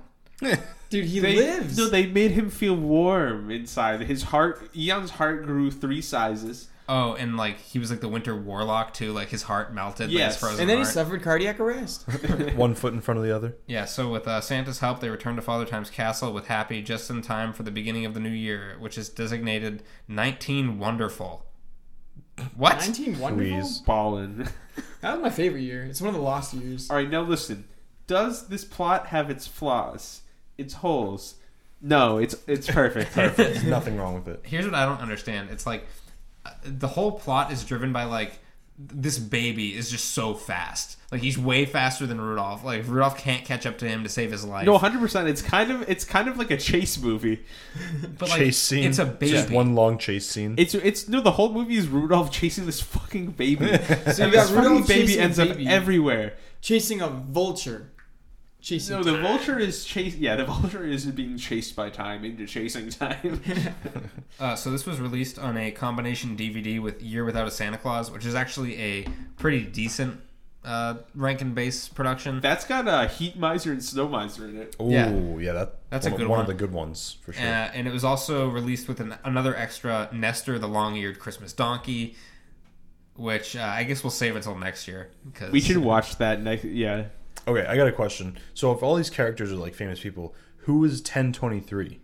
Speaker 3: Dude, he
Speaker 4: They,
Speaker 3: lives.
Speaker 4: No, they made him feel warm inside. His heart, Eon's heart grew three sizes.
Speaker 2: Oh, and like he was like the winter warlock too. Like his heart melted. Like, his
Speaker 4: Yes.
Speaker 2: frozen
Speaker 3: and then he
Speaker 2: heart.
Speaker 3: suffered cardiac arrest.
Speaker 5: One foot in front of the other.
Speaker 2: Yeah, so with uh, Santa's help, they return to Father Time's castle with Happy just in time for the beginning of the new year, which is designated 19 Wonderful. What?
Speaker 3: Nineteen wonderful.
Speaker 5: Please.
Speaker 4: Ballin.
Speaker 3: That was my favorite year. It's one of the lost years.
Speaker 4: All right, now listen. Does this plot have its flaws? Its holes? No, it's it's perfect.
Speaker 5: There's nothing wrong with it.
Speaker 2: Here's what I don't understand. It's like uh, the whole plot is driven by like this baby is just so fast. Like he's way faster than Rudolph. Like Rudolph can't catch up to him to save his life.
Speaker 4: No, hundred percent. It's kind of it's kind of like a chase movie.
Speaker 2: but like
Speaker 5: chase scene.
Speaker 2: it's a baby.
Speaker 5: Just one long chase scene.
Speaker 4: It's it's no. The whole movie is Rudolph chasing this fucking baby.
Speaker 3: So you
Speaker 4: this
Speaker 3: got
Speaker 4: fucking
Speaker 3: Rudolph
Speaker 4: baby
Speaker 3: chasing a
Speaker 4: ends up
Speaker 3: baby,
Speaker 4: everywhere.
Speaker 3: chasing a vulture, Chasing.
Speaker 4: No, the vulture is chase. Yeah, the vulture is being chased by time into chasing time.
Speaker 2: Uh, so this was released on a combination DVD with Year Without a Santa Claus, which is actually a pretty decent uh, Rankin Bass production.
Speaker 4: That's got a uh, heat miser and snow miser in it.
Speaker 5: Ooh,
Speaker 2: Yeah.
Speaker 5: yeah, that,
Speaker 2: That's a
Speaker 5: one,
Speaker 2: good
Speaker 5: one
Speaker 2: one.
Speaker 5: of the good ones for
Speaker 2: Uh,
Speaker 5: sure.
Speaker 2: and it was also released with an, another extra, Nestor the Long-Eared Christmas Donkey, which uh, I guess we'll save until next year. Cause,
Speaker 4: We should watch that next. Yeah,
Speaker 5: Okay, I got a question. So if all these characters are like famous people, who is 1023?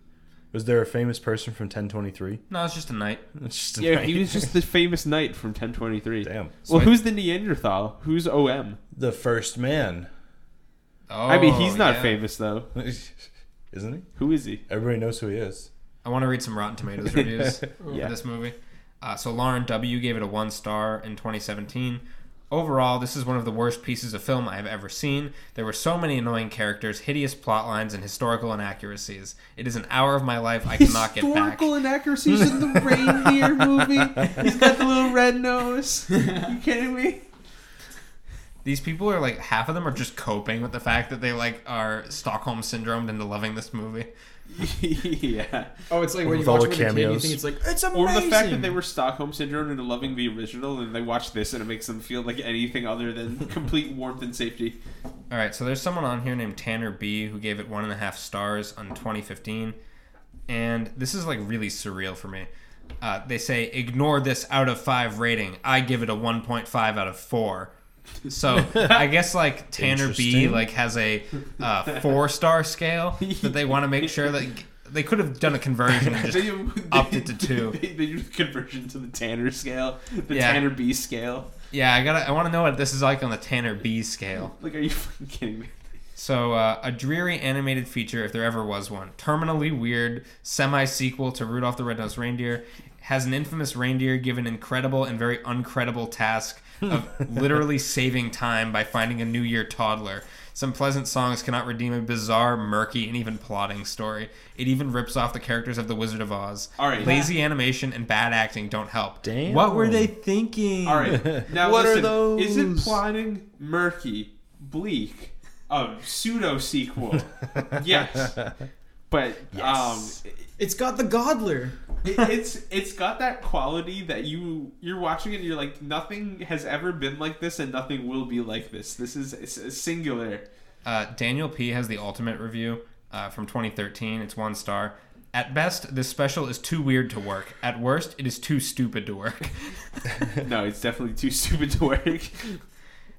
Speaker 5: Was there a famous person from 1023?
Speaker 2: No, it's just a night.
Speaker 5: It's just a
Speaker 4: yeah.
Speaker 5: name.
Speaker 4: He was just the famous knight from 1023.
Speaker 5: Damn.
Speaker 4: Well, who's the Neanderthal? Who's OM?
Speaker 5: the first man,
Speaker 2: Oh,
Speaker 4: I mean, he's not
Speaker 2: yeah.
Speaker 4: famous though.
Speaker 5: isn't he?
Speaker 4: Who is he?
Speaker 5: Everybody knows who he is.
Speaker 2: I want to read some Rotten Tomatoes reviews
Speaker 4: Yeah.
Speaker 2: for this movie. Uh, so Lauren W gave it a one star in 2017. Overall, this is one of the worst pieces of film I have ever seen. There were so many annoying characters, hideous plot lines, and historical inaccuracies. It is an hour of my life I cannot get back.
Speaker 4: Historical inaccuracies in the reindeer movie. He's got the little red nose. you kidding me?
Speaker 2: These people are like half of them are just coping with the fact that they like are Stockholm syndromed into loving this movie.
Speaker 4: yeah.
Speaker 3: Oh, it's like when
Speaker 5: With
Speaker 3: you
Speaker 5: all
Speaker 3: watch
Speaker 5: the
Speaker 3: with a kid, you
Speaker 5: cameos.
Speaker 3: think it's like it's amazing.
Speaker 4: Or the fact that they were Stockholm syndrome into loving the original, and they watch this, and it makes them feel like anything other than complete warmth and safety.
Speaker 2: All right, so there's someone on here named Tanner B who gave it one and a half stars on 2015, and this is like really surreal for me. Uh, they say ignore this out of five rating. I give it a 1.5 out of four. So I guess like Tanner B
Speaker 5: Interesting.
Speaker 2: like has a uh, four star scale that they want to make sure that they could have done a conversion and just upped it to two.
Speaker 4: They, they do the conversion to the Tanner scale, the
Speaker 2: Yeah.
Speaker 4: Tanner B scale.
Speaker 2: yeah I gotta I want to know what this is like on the Tanner B scale.
Speaker 4: Like, are you fucking kidding me?
Speaker 2: So, uh, a dreary animated feature, if there ever was one. Terminally weird, semi sequel to Rudolph the Red-Nosed Reindeer has an infamous reindeer given incredible and very uncredible task of literally saving time by finding a New Year toddler. Some pleasant songs cannot redeem a bizarre, murky, and even plotting story. It even rips off the characters of The Wizard of Oz.
Speaker 4: All right.
Speaker 2: Lazy animation and bad acting don't help.
Speaker 5: Damn.
Speaker 2: What were they thinking?
Speaker 4: All right, now
Speaker 5: What are
Speaker 4: listen, Is it
Speaker 5: those?
Speaker 4: plotting murky, bleak, a pseudo sequel? yes, but um,
Speaker 3: it's got the Godler.
Speaker 4: it, it's it's got that quality that you you're watching it and you're like nothing has ever been like this and nothing will be like this. This is it's a singular.
Speaker 2: Uh, Daniel P has the ultimate review uh, from 2013. It's one star. At best, this special is too weird to work. At worst, it is too stupid to work.
Speaker 4: No, it's definitely too stupid to work.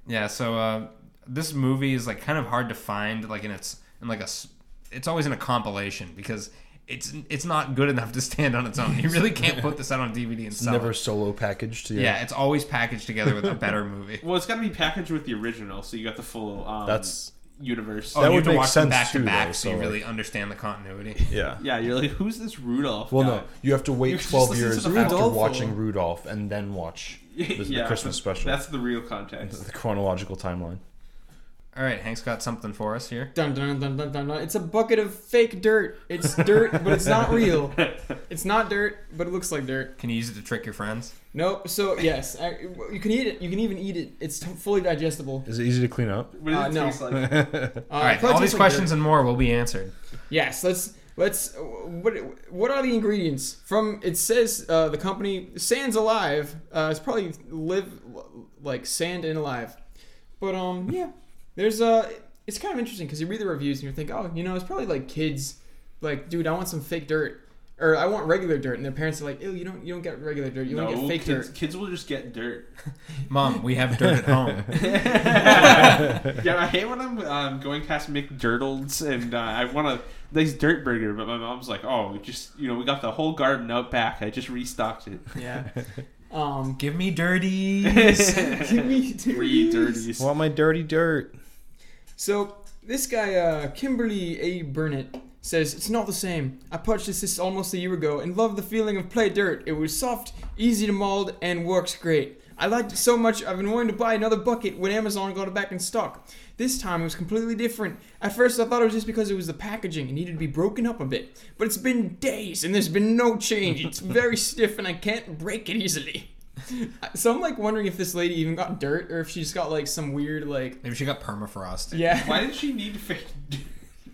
Speaker 2: yeah. So uh, this movie is like kind of hard to find. Like in its in like a, s- it's always in a compilation because it's it's not good enough to stand on its own. You really can't put this out on DVD and sell.
Speaker 5: Never
Speaker 2: it.
Speaker 5: solo packaged. Yeah.
Speaker 2: Yeah, it's always packaged together with a better movie.
Speaker 4: Well, it's got to be packaged with the original, so you got the full um,
Speaker 5: That's Oh.
Speaker 4: universe.
Speaker 2: Oh, you
Speaker 5: would
Speaker 2: have to
Speaker 5: make
Speaker 2: watch them
Speaker 5: sense
Speaker 2: back
Speaker 5: too,
Speaker 2: to back
Speaker 5: though,
Speaker 2: so you
Speaker 5: so, like-
Speaker 2: really understand the continuity.
Speaker 5: yeah.
Speaker 4: yeah, you're like, who's this Rudolph?
Speaker 5: Well,
Speaker 4: guy?
Speaker 5: no, you have to
Speaker 4: You
Speaker 5: wait
Speaker 4: just
Speaker 5: 12
Speaker 4: listen to
Speaker 5: years
Speaker 4: the
Speaker 5: after
Speaker 3: Rudolph
Speaker 5: watching
Speaker 3: one.
Speaker 5: Rudolph and then watch the, the
Speaker 4: Yeah,
Speaker 5: Christmas special.
Speaker 4: That's the real context.
Speaker 5: the chronological timeline.
Speaker 2: All right, Hank's got something for us here.
Speaker 3: Dun, dun, dun, dun, dun, dun. It's a bucket of fake dirt. It's dirt, but it's not real. It's not dirt, but it looks like dirt.
Speaker 2: Can you use it to trick your friends?
Speaker 3: Nope. So yes, I, you can eat it. You can even eat it. It's t- fully digestible.
Speaker 5: Is it easy to clean up?
Speaker 4: What does
Speaker 3: Uh,
Speaker 4: it
Speaker 3: no.
Speaker 4: taste like?
Speaker 3: Uh,
Speaker 2: All right,
Speaker 3: probably
Speaker 2: all
Speaker 3: tastes
Speaker 2: these
Speaker 3: like
Speaker 2: questions
Speaker 3: dirt.
Speaker 2: and more will be answered.
Speaker 3: Yes. Let's let's. What what are the ingredients from? It says uh, the company Sands Alive. Uh, it's probably live like sand and alive. But um, yeah. There's uh, it's kind of interesting because you read the reviews and you think, oh, you know, it's probably like kids, like, dude, I want some fake dirt, or I want regular dirt, and their parents are like, ew, you don't, you don't get regular dirt, you
Speaker 4: No,
Speaker 3: only get fake
Speaker 4: kids,
Speaker 3: dirt.
Speaker 4: kids will just get dirt.
Speaker 2: Mom, we have dirt at home.
Speaker 4: Yeah, I hate when I'm um, going past McDurtles and uh, I want a nice dirt burger, but my mom's like, "Oh, we just you know, we got the whole garden out back. I just restocked it."
Speaker 3: Yeah. Um,
Speaker 2: Give me dirties.
Speaker 3: give me dirt.
Speaker 4: Free dirties.
Speaker 5: Want my dirty dirt.
Speaker 3: So this guy, uh, Kimberly A. Burnett, says it's not the same. I purchased this almost a year ago and loved the feeling of play dirt. It was soft, easy to mold, and works great. I liked it so much I've been wanting to buy another bucket when Amazon got it back in stock. This time it was completely different. At first I thought it was just because it was the packaging and needed to be broken up a bit. But it's been days and there's been no change. It's very stiff and I can't break it easily. So I'm like wondering if this lady even got dirt or if she just got like some weird like
Speaker 2: Maybe she got permafrost.
Speaker 3: yeah.
Speaker 4: Why did she need fake?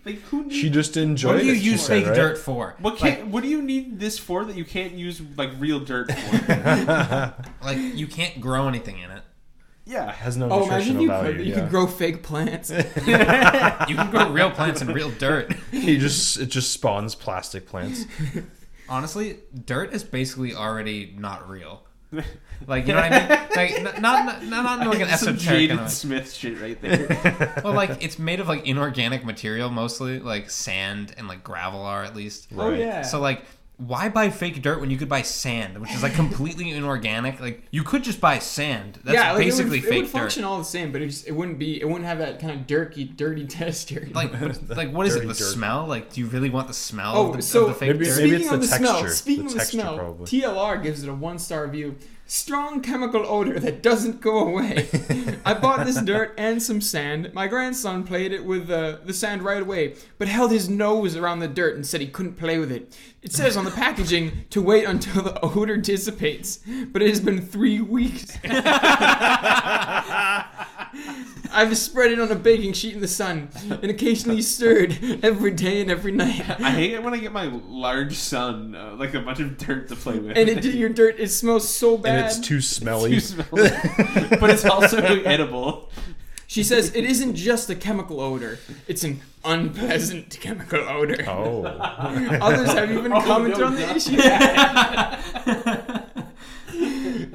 Speaker 4: Like who? Needs,
Speaker 5: She just enjoyed
Speaker 2: What do you
Speaker 5: it. she
Speaker 2: use
Speaker 5: said,
Speaker 2: fake
Speaker 5: right?
Speaker 2: dirt for?
Speaker 4: What
Speaker 2: like,
Speaker 4: can? not what do you need this for that you can't use like real dirt for?
Speaker 2: like you can't grow anything in it.
Speaker 4: yeah.
Speaker 5: Has no
Speaker 3: Oh, imagine
Speaker 5: nutritional
Speaker 3: you
Speaker 5: value.
Speaker 3: could, you
Speaker 5: yeah.
Speaker 3: could grow fake plants.
Speaker 2: You can grow real plants in real dirt.
Speaker 5: He just it just spawns plastic plants.
Speaker 2: Honestly, dirt is basically already not real. Like you know what I mean? Like n- not not not, not in like an
Speaker 4: Some
Speaker 2: esoteric kind
Speaker 4: Jaden
Speaker 2: of
Speaker 4: Smith shit right there.
Speaker 2: way. Well, like it's made of like inorganic material mostly, like sand and like gravel are at least.
Speaker 3: oh yeah.
Speaker 2: So like why buy fake dirt when you could buy sand, which is like completely inorganic? Like you could just buy sand. That's
Speaker 3: yeah, like,
Speaker 2: basically
Speaker 3: it would, it
Speaker 2: fake
Speaker 3: would function
Speaker 2: dirt.
Speaker 3: all the same, but it, just, it wouldn't be. It wouldn't have that kind of dirty, dirty texture.
Speaker 2: Like what- like what is it?
Speaker 5: Dirty
Speaker 2: The
Speaker 5: dirt.
Speaker 2: smell? Like do you really want the smell
Speaker 3: Oh,
Speaker 2: of, the, of
Speaker 3: so
Speaker 2: the fake
Speaker 5: Maybe-
Speaker 2: dirt?
Speaker 5: maybe-
Speaker 3: Speaking
Speaker 5: it's
Speaker 3: of
Speaker 5: the
Speaker 3: the smell,
Speaker 5: texture.
Speaker 3: speaking
Speaker 5: The
Speaker 3: of the
Speaker 5: texture,
Speaker 3: smell,
Speaker 5: probably.
Speaker 3: TLR gives it a one-star review. Strong chemical odor that doesn't go away. I bought this dirt and some sand. My grandson played it with uh, the sand right away, but held his nose around the dirt and said he couldn't play with it. It says on the packaging to wait until the odor dissipates, but it has been three weeks. I've spread it on a baking sheet in the sun and occasionally stirred every day and every night.
Speaker 4: I hate it when I get my large son uh, like a bunch of dirt to play with.
Speaker 3: and it your dirt it smells so bad.
Speaker 5: And it's too smelly.
Speaker 4: You smell it. but it's also edible.
Speaker 3: she says it isn't just a chemical odor; it's an unpleasant chemical odor.
Speaker 5: oh.
Speaker 3: Others have even commented
Speaker 4: no,
Speaker 3: on the
Speaker 4: no.
Speaker 3: issue.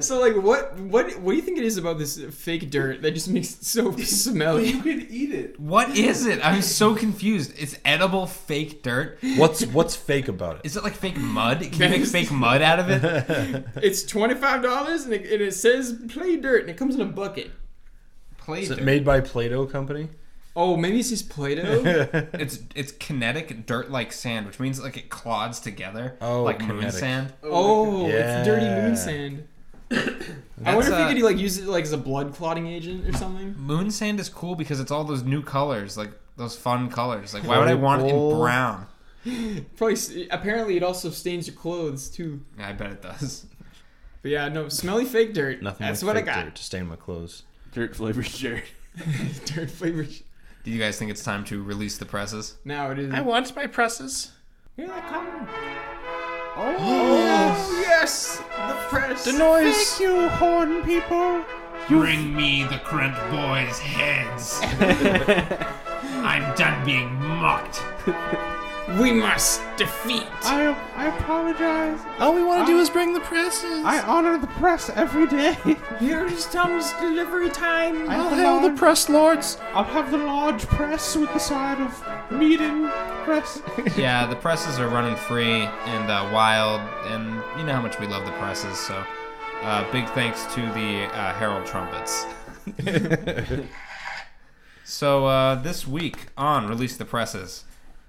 Speaker 3: so, like, what, what, what do you think it is about this fake dirt that just makes it so smelly?
Speaker 4: You can eat it.
Speaker 2: What is it? I'm so confused. It's edible fake dirt.
Speaker 5: What's what's fake about it?
Speaker 2: Is it like fake mud? Can you make fake mud out of it?
Speaker 3: It's twenty five dollars, and it, and it says play dirt, and it comes in a bucket.
Speaker 2: Play
Speaker 5: Is
Speaker 2: dirt.
Speaker 5: it made by Play-Doh Company?
Speaker 3: Oh, maybe it's just Play-Doh.
Speaker 2: it's it's kinetic dirt like sand, which means like it clods together.
Speaker 5: Oh,
Speaker 2: like moon
Speaker 5: kinetic.
Speaker 2: sand.
Speaker 3: oh,
Speaker 5: Yeah.
Speaker 3: it's dirty moon sand. I
Speaker 2: That's,
Speaker 3: wonder if
Speaker 2: uh,
Speaker 3: you could like use it like as a blood clotting agent or something.
Speaker 2: Moon sand is cool because it's all those new colors, like those fun colors. Like why would I want it in
Speaker 5: Purple.
Speaker 2: brown?
Speaker 3: Probably. s- Apparently, it also stains your clothes too.
Speaker 2: I bet it does.
Speaker 3: But yeah, no smelly fake dirt.
Speaker 5: Nothing
Speaker 3: That's
Speaker 5: like
Speaker 3: what
Speaker 5: fake
Speaker 3: I
Speaker 5: dirt
Speaker 3: got.
Speaker 5: to stain my clothes.
Speaker 4: Dirt flavored dirt.
Speaker 3: Dirt, flavored. sh-
Speaker 2: Do you guys think it's time to release the presses?
Speaker 3: Now it is.
Speaker 5: want my presses.
Speaker 3: Hear that coming? Oh yes, the press.
Speaker 5: noise.
Speaker 4: You horn people.
Speaker 2: Bring me the current boys' heads. I'm done being mocked.
Speaker 3: We must defeat.
Speaker 4: I I apologize.
Speaker 5: All we want to do is bring the presses.
Speaker 4: honor the press every day.
Speaker 3: Here's Tom's delivery time.
Speaker 4: I'll
Speaker 5: press lords.
Speaker 4: I'll have the large press with the side of medium press.
Speaker 2: yeah, the presses are running free and uh, wild, and you know how much we love the presses. So, uh, big thanks to the uh, Herald Trumpets. so uh, this week on release the presses,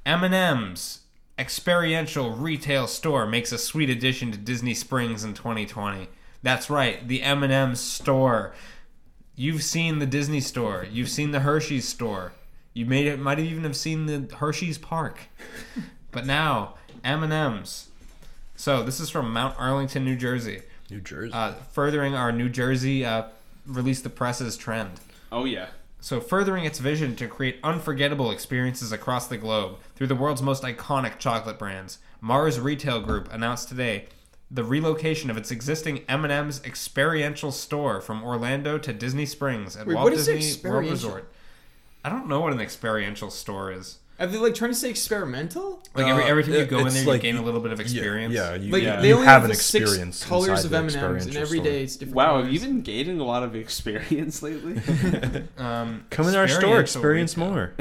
Speaker 2: M&M's experiential retail store makes a sweet addition to Disney Springs in 2020. That's right, the M&M's store. You've seen the Disney store. You've seen the Hershey's store. You may might have even have seen the Hershey's Park. But now M and M's. So this is from Mount Arlington, New Jersey,
Speaker 5: New Jersey.
Speaker 2: uh, furthering our New Jersey uh, release the presses trend.
Speaker 4: Oh yeah.
Speaker 2: So furthering its vision to create unforgettable experiences across the globe through the world's most iconic chocolate brands, Mars Retail Group announced today the relocation of its existing M&M's experiential store from Orlando to Disney Springs at
Speaker 3: Wait,
Speaker 2: Walt
Speaker 3: what is
Speaker 2: Disney World
Speaker 3: experiential?
Speaker 2: Resort. I don't know what an experiential store is.
Speaker 3: Are they like trying to say experimental?
Speaker 2: Like every,
Speaker 5: Uh,
Speaker 2: every time you
Speaker 5: it-
Speaker 2: go in
Speaker 5: it's
Speaker 2: there,
Speaker 5: like
Speaker 2: you gain a
Speaker 5: you-
Speaker 2: little bit of experience.
Speaker 5: Yeah, you,
Speaker 3: Like
Speaker 5: yeah,
Speaker 3: they
Speaker 5: you
Speaker 3: only
Speaker 5: have an
Speaker 3: the six
Speaker 5: experience.
Speaker 3: colors of
Speaker 5: inside
Speaker 3: M&Ms,
Speaker 5: the
Speaker 3: and
Speaker 5: experiential
Speaker 3: every
Speaker 5: store.
Speaker 3: day it's different.
Speaker 4: Wow,
Speaker 3: colors.
Speaker 4: you've been gaining a lot of experience lately.
Speaker 2: Um,
Speaker 5: Come in our store,
Speaker 2: experiential
Speaker 5: experience
Speaker 2: retail.
Speaker 5: more.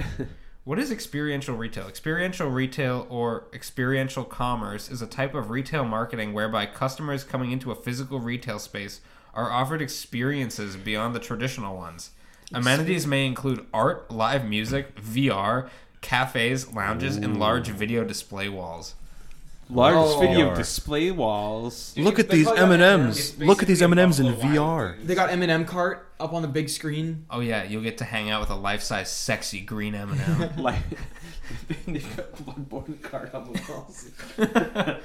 Speaker 2: What is experiential retail? Experiential retail or experiential commerce is a type of retail marketing whereby customers coming into a physical retail space are offered experiences beyond the traditional ones. Amenities may include art, live music, VR, cafes, lounges, and large video display walls.
Speaker 4: large
Speaker 3: Oh.
Speaker 4: video
Speaker 5: VR.
Speaker 4: display walls.
Speaker 5: Look at
Speaker 3: they
Speaker 5: these
Speaker 3: call it
Speaker 5: M and M's.
Speaker 3: M&Ms.
Speaker 5: Look at these M and M's in
Speaker 2: Buffalo Wild
Speaker 5: VR.
Speaker 3: They got M&M cart up on the big screen.
Speaker 2: Oh yeah, you'll get to hang out with a life-size, sexy green M&M.
Speaker 4: Like they've got bloodborne card on the walls.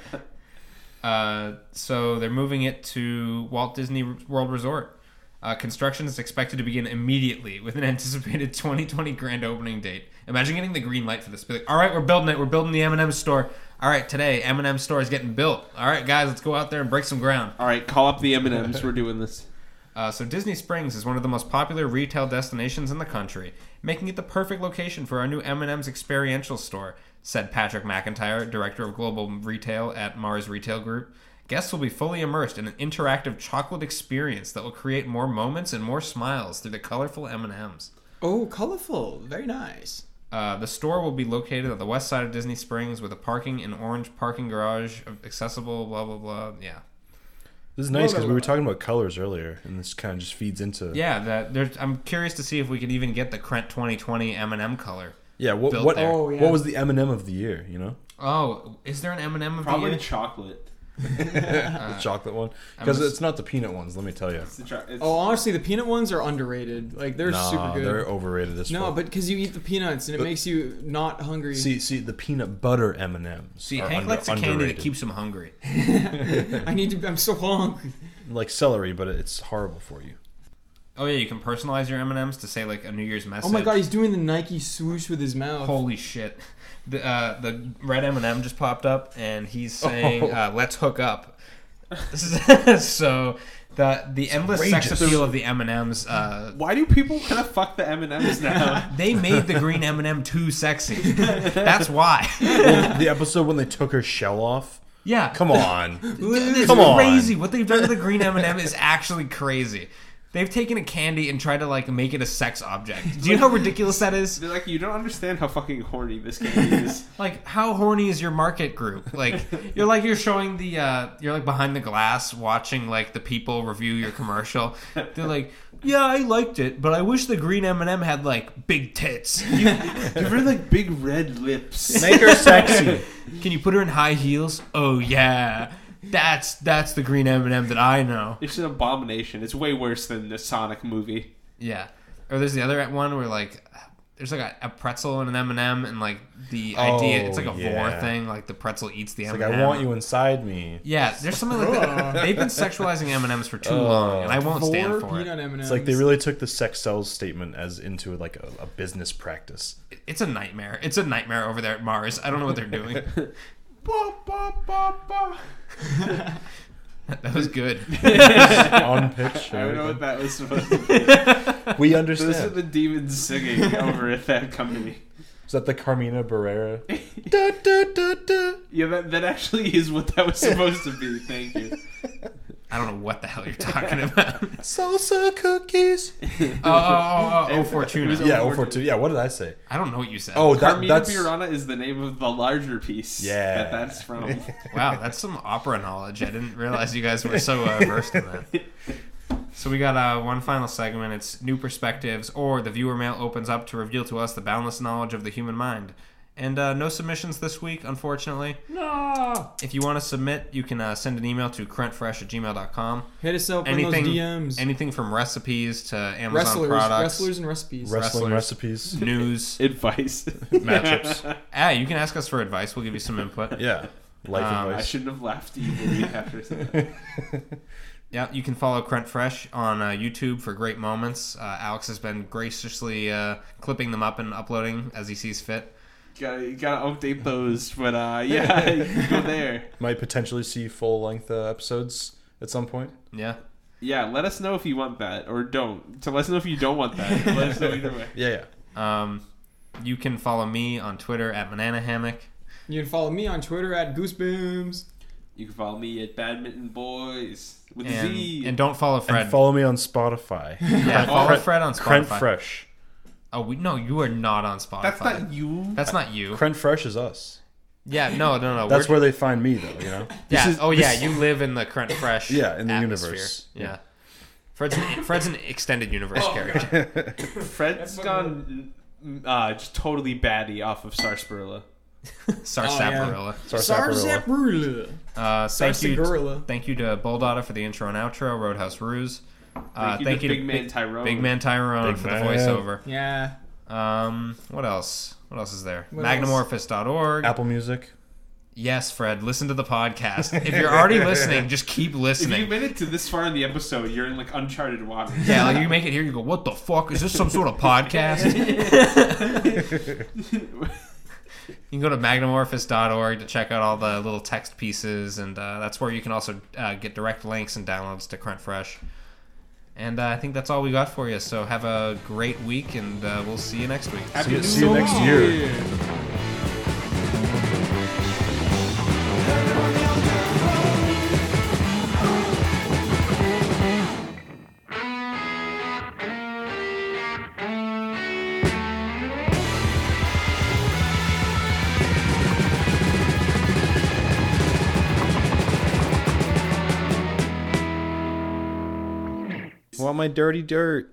Speaker 2: Uh, so they're moving it to Walt Disney World Resort. Uh, construction is expected to begin immediately with an anticipated 2020 grand opening date. Imagine getting the green light for this. Be like, all right, we're building it. We're building the M&M store. All right, today M&M store is getting built. All right, guys, let's go out there and break some ground.
Speaker 4: All right, call up the M and M's. We're doing this.
Speaker 2: Uh, so Disney Springs is one of the most popular retail destinations in the country, making it the perfect location for our new M&M's experiential store, said Patrick McIntyre, director of global retail at Mars Retail Group. Guests will be fully immersed in an interactive chocolate experience that will create more moments and more smiles through the colorful M&M's.
Speaker 3: Oh, colorful. Very nice.
Speaker 2: Uh, the store will be located on the west side of Disney Springs with a parking and orange parking garage accessible. Blah blah blah. Yeah.
Speaker 5: This is nice because we were talking about colors earlier, and this kind of just feeds into
Speaker 2: Yeah, that there's. I'm curious to see if we can even get the Krent 2020 M&M color.
Speaker 5: Yeah, what
Speaker 2: Built
Speaker 5: what,
Speaker 2: there.
Speaker 3: Oh, yeah.
Speaker 5: what was the M and M of the year? You know,
Speaker 2: Oh, is there an M&M of
Speaker 4: Probably
Speaker 2: the year?
Speaker 4: chocolate.
Speaker 3: Uh,
Speaker 5: the chocolate one because
Speaker 2: just-
Speaker 5: it's not the peanut ones. Let me tell you,
Speaker 4: It's the cho- it's-
Speaker 3: Oh, honestly, the peanut ones are underrated. Like they're
Speaker 5: Nah,
Speaker 3: super good.
Speaker 5: they're overrated. This
Speaker 3: no, but because you eat the peanuts and it makes you not hungry.
Speaker 5: see see the peanut butter M and M's.
Speaker 2: See, Hank likes a candy that keeps him hungry.
Speaker 3: I need to. I'm so hungry.
Speaker 5: like celery, but it's horrible for you.
Speaker 2: Oh yeah, you can personalize your M&Ms to say like a New Year's message.
Speaker 3: Oh my god, he's doing the Nike swoosh with his mouth.
Speaker 2: Holy shit! The uh, the red M&M just popped up, and he's saying, uh, "Let's hook up." This is so the the endless sex
Speaker 5: outrageous.
Speaker 2: appeal of the M&Ms. Uh,
Speaker 4: Why do people kind of fuck the M and M's now?
Speaker 2: they made the green M&M too sexy. That's why.
Speaker 5: Well, the episode when they took her shell off.
Speaker 2: yeah,
Speaker 5: Come on,
Speaker 2: It's
Speaker 5: Come on.
Speaker 2: crazy. What they've done to the green M&M is actually crazy. They've taken a candy and tried to like make it a sex object. Do you know how ridiculous that is?
Speaker 4: They're like, you don't understand how fucking horny this candy is.
Speaker 2: Like, how horny is your market group? Like, you're like you're showing the uh, you're like behind the glass watching like the people review your commercial. They're like, yeah, I liked it, but I wish the green M&M had like big tits. You-
Speaker 4: They're very like big red lips.
Speaker 5: make her sexy.
Speaker 2: can you put her in high heels? Oh yeah, that's that's the green M&M that I know.
Speaker 4: It's an abomination. It's way worse than the Sonic movie.
Speaker 2: Yeah. Or there's the other one where like there's like a, a pretzel and an M and m and like the
Speaker 5: Oh,
Speaker 2: idea it's like a vor
Speaker 5: yeah.
Speaker 2: thing like the pretzel eats the M
Speaker 5: Like
Speaker 2: and
Speaker 5: I want you inside me.
Speaker 2: Yeah, there's something like that. They've been sexualizing M and M's for too long, and I won't
Speaker 3: Four
Speaker 2: stand for
Speaker 3: peanut
Speaker 2: it.
Speaker 3: M&Ms.
Speaker 5: It's like they really took the sex sells statement as into like a, a business practice.
Speaker 2: It's a nightmare. It's a nightmare over there at Mars. I don't know what they're doing.
Speaker 4: Ba, ba, ba, ba.
Speaker 2: that was good.
Speaker 5: on pitch.
Speaker 4: I don't know what that was supposed to be.
Speaker 5: We
Speaker 4: Those are
Speaker 5: understand.
Speaker 4: the demons singing over at that company.
Speaker 5: Is that the Carmina Barrera? Da, da, da, da.
Speaker 4: Yeah, that, that actually is what that was supposed to be. Thank you.
Speaker 2: I don't know what the hell you're talking about. oh,
Speaker 5: Salsa cookies.
Speaker 2: oh, oh, oh, oh, Fortuna.
Speaker 5: Yeah, 042. Yeah, what did I say?
Speaker 2: I don't know what you said.
Speaker 5: Oh, that,
Speaker 4: Carmina
Speaker 5: that's
Speaker 4: Burana is the name of the larger piece.
Speaker 5: Yeah.
Speaker 4: That that's from.
Speaker 2: Wow, that's some opera knowledge. I didn't realize you guys were so uh, versed in that. So we got uh, one final segment. It's new perspectives, or the viewer mail opens up to reveal to us the boundless knowledge of the human mind. And uh, no submissions this week, unfortunately. No. If you want to submit, you can uh, send an email to crentfresh at gmail.com.
Speaker 3: hit us up on
Speaker 2: Anything,
Speaker 3: those DMs.
Speaker 2: anything from recipes to Amazon
Speaker 3: wrestlers,
Speaker 2: products,
Speaker 3: wrestlers and recipes.
Speaker 5: wrestling
Speaker 2: wrestlers.
Speaker 5: recipes
Speaker 2: news.
Speaker 4: Advice.
Speaker 5: matchups.
Speaker 2: ah, you can ask us for advice. We'll give you some input.
Speaker 5: Yeah, life
Speaker 2: Um,
Speaker 4: I
Speaker 5: advice.
Speaker 4: shouldn't have laughed evilly after saying that.
Speaker 2: Yeah, you can follow Crent Fresh on uh, YouTube for great moments. Uh, Alex has been graciously uh, clipping them up and uploading as he sees fit.
Speaker 4: Gotta, gotta update those, but uh, yeah, you can go there.
Speaker 5: Might potentially see full length uh, episodes at some point.
Speaker 2: Yeah.
Speaker 4: Yeah, let us know if you want that or don't. So let us know if you don't want that. Let us know either way.
Speaker 5: Yeah, yeah.
Speaker 2: Um, you can follow me on Twitter at Banana Hammock.
Speaker 3: You can follow me on Twitter at Goosebims.
Speaker 4: You can follow me at Badminton Boys with a
Speaker 2: And,
Speaker 4: Z.
Speaker 2: and don't follow Fred.
Speaker 5: And follow me on Spotify.
Speaker 2: yeah, follow
Speaker 5: Crent-
Speaker 2: Fred on
Speaker 5: Crent
Speaker 2: Spotify.
Speaker 5: Fresh.
Speaker 2: Oh, we, no, you are not on Spotify.
Speaker 4: That's not you.
Speaker 2: That's not you.
Speaker 5: Crent Fresh is us.
Speaker 2: Yeah, no, no, no.
Speaker 5: That's
Speaker 2: we're-
Speaker 5: where they find me, though. You know.
Speaker 2: yeah.
Speaker 5: This is-
Speaker 2: oh, yeah,
Speaker 5: this-
Speaker 2: you live in the Crent Fresh
Speaker 5: Yeah, in the
Speaker 2: atmosphere.
Speaker 5: universe.
Speaker 2: Yeah.
Speaker 5: Yeah.
Speaker 2: Fred's, an, Fred's an extended universe
Speaker 4: Oh,
Speaker 2: character.
Speaker 4: Fred's gone mm, uh, just totally batty off of Sarsaparilla. Oh,
Speaker 2: Sarsaparilla.
Speaker 5: Sarsaparilla.
Speaker 3: Sarsaparilla.
Speaker 2: Uh, thank you.
Speaker 3: Sarsaparilla.
Speaker 2: Thank you to Bulldada for the intro and outro, Roadhouse Ruse. Uh,
Speaker 4: Thank you to Big Man Tyrone.
Speaker 2: Big Man Tyrone for the
Speaker 5: Man.
Speaker 2: voiceover.
Speaker 3: Yeah.
Speaker 2: Um, what else? What else is there?
Speaker 3: What else?
Speaker 2: Magnemorphous.org.
Speaker 5: Apple Music.
Speaker 2: Yes, Fred, listen to the podcast. If you're already listening, just keep
Speaker 4: If you
Speaker 2: listening.
Speaker 4: made it to this far in the episode, you're in like uncharted water.
Speaker 2: Yeah, like you make it here, you go, what the fuck? Is this some sort of podcast? you can go to magnumorphis.org to check out all the little text pieces, and uh, that's where you can also uh, get direct links and downloads to Crunch Fresh. And uh, I think that's all we got for you. So have a great week, and uh, we'll see you next week.
Speaker 5: See you, see you next year. Want my dirty dirt.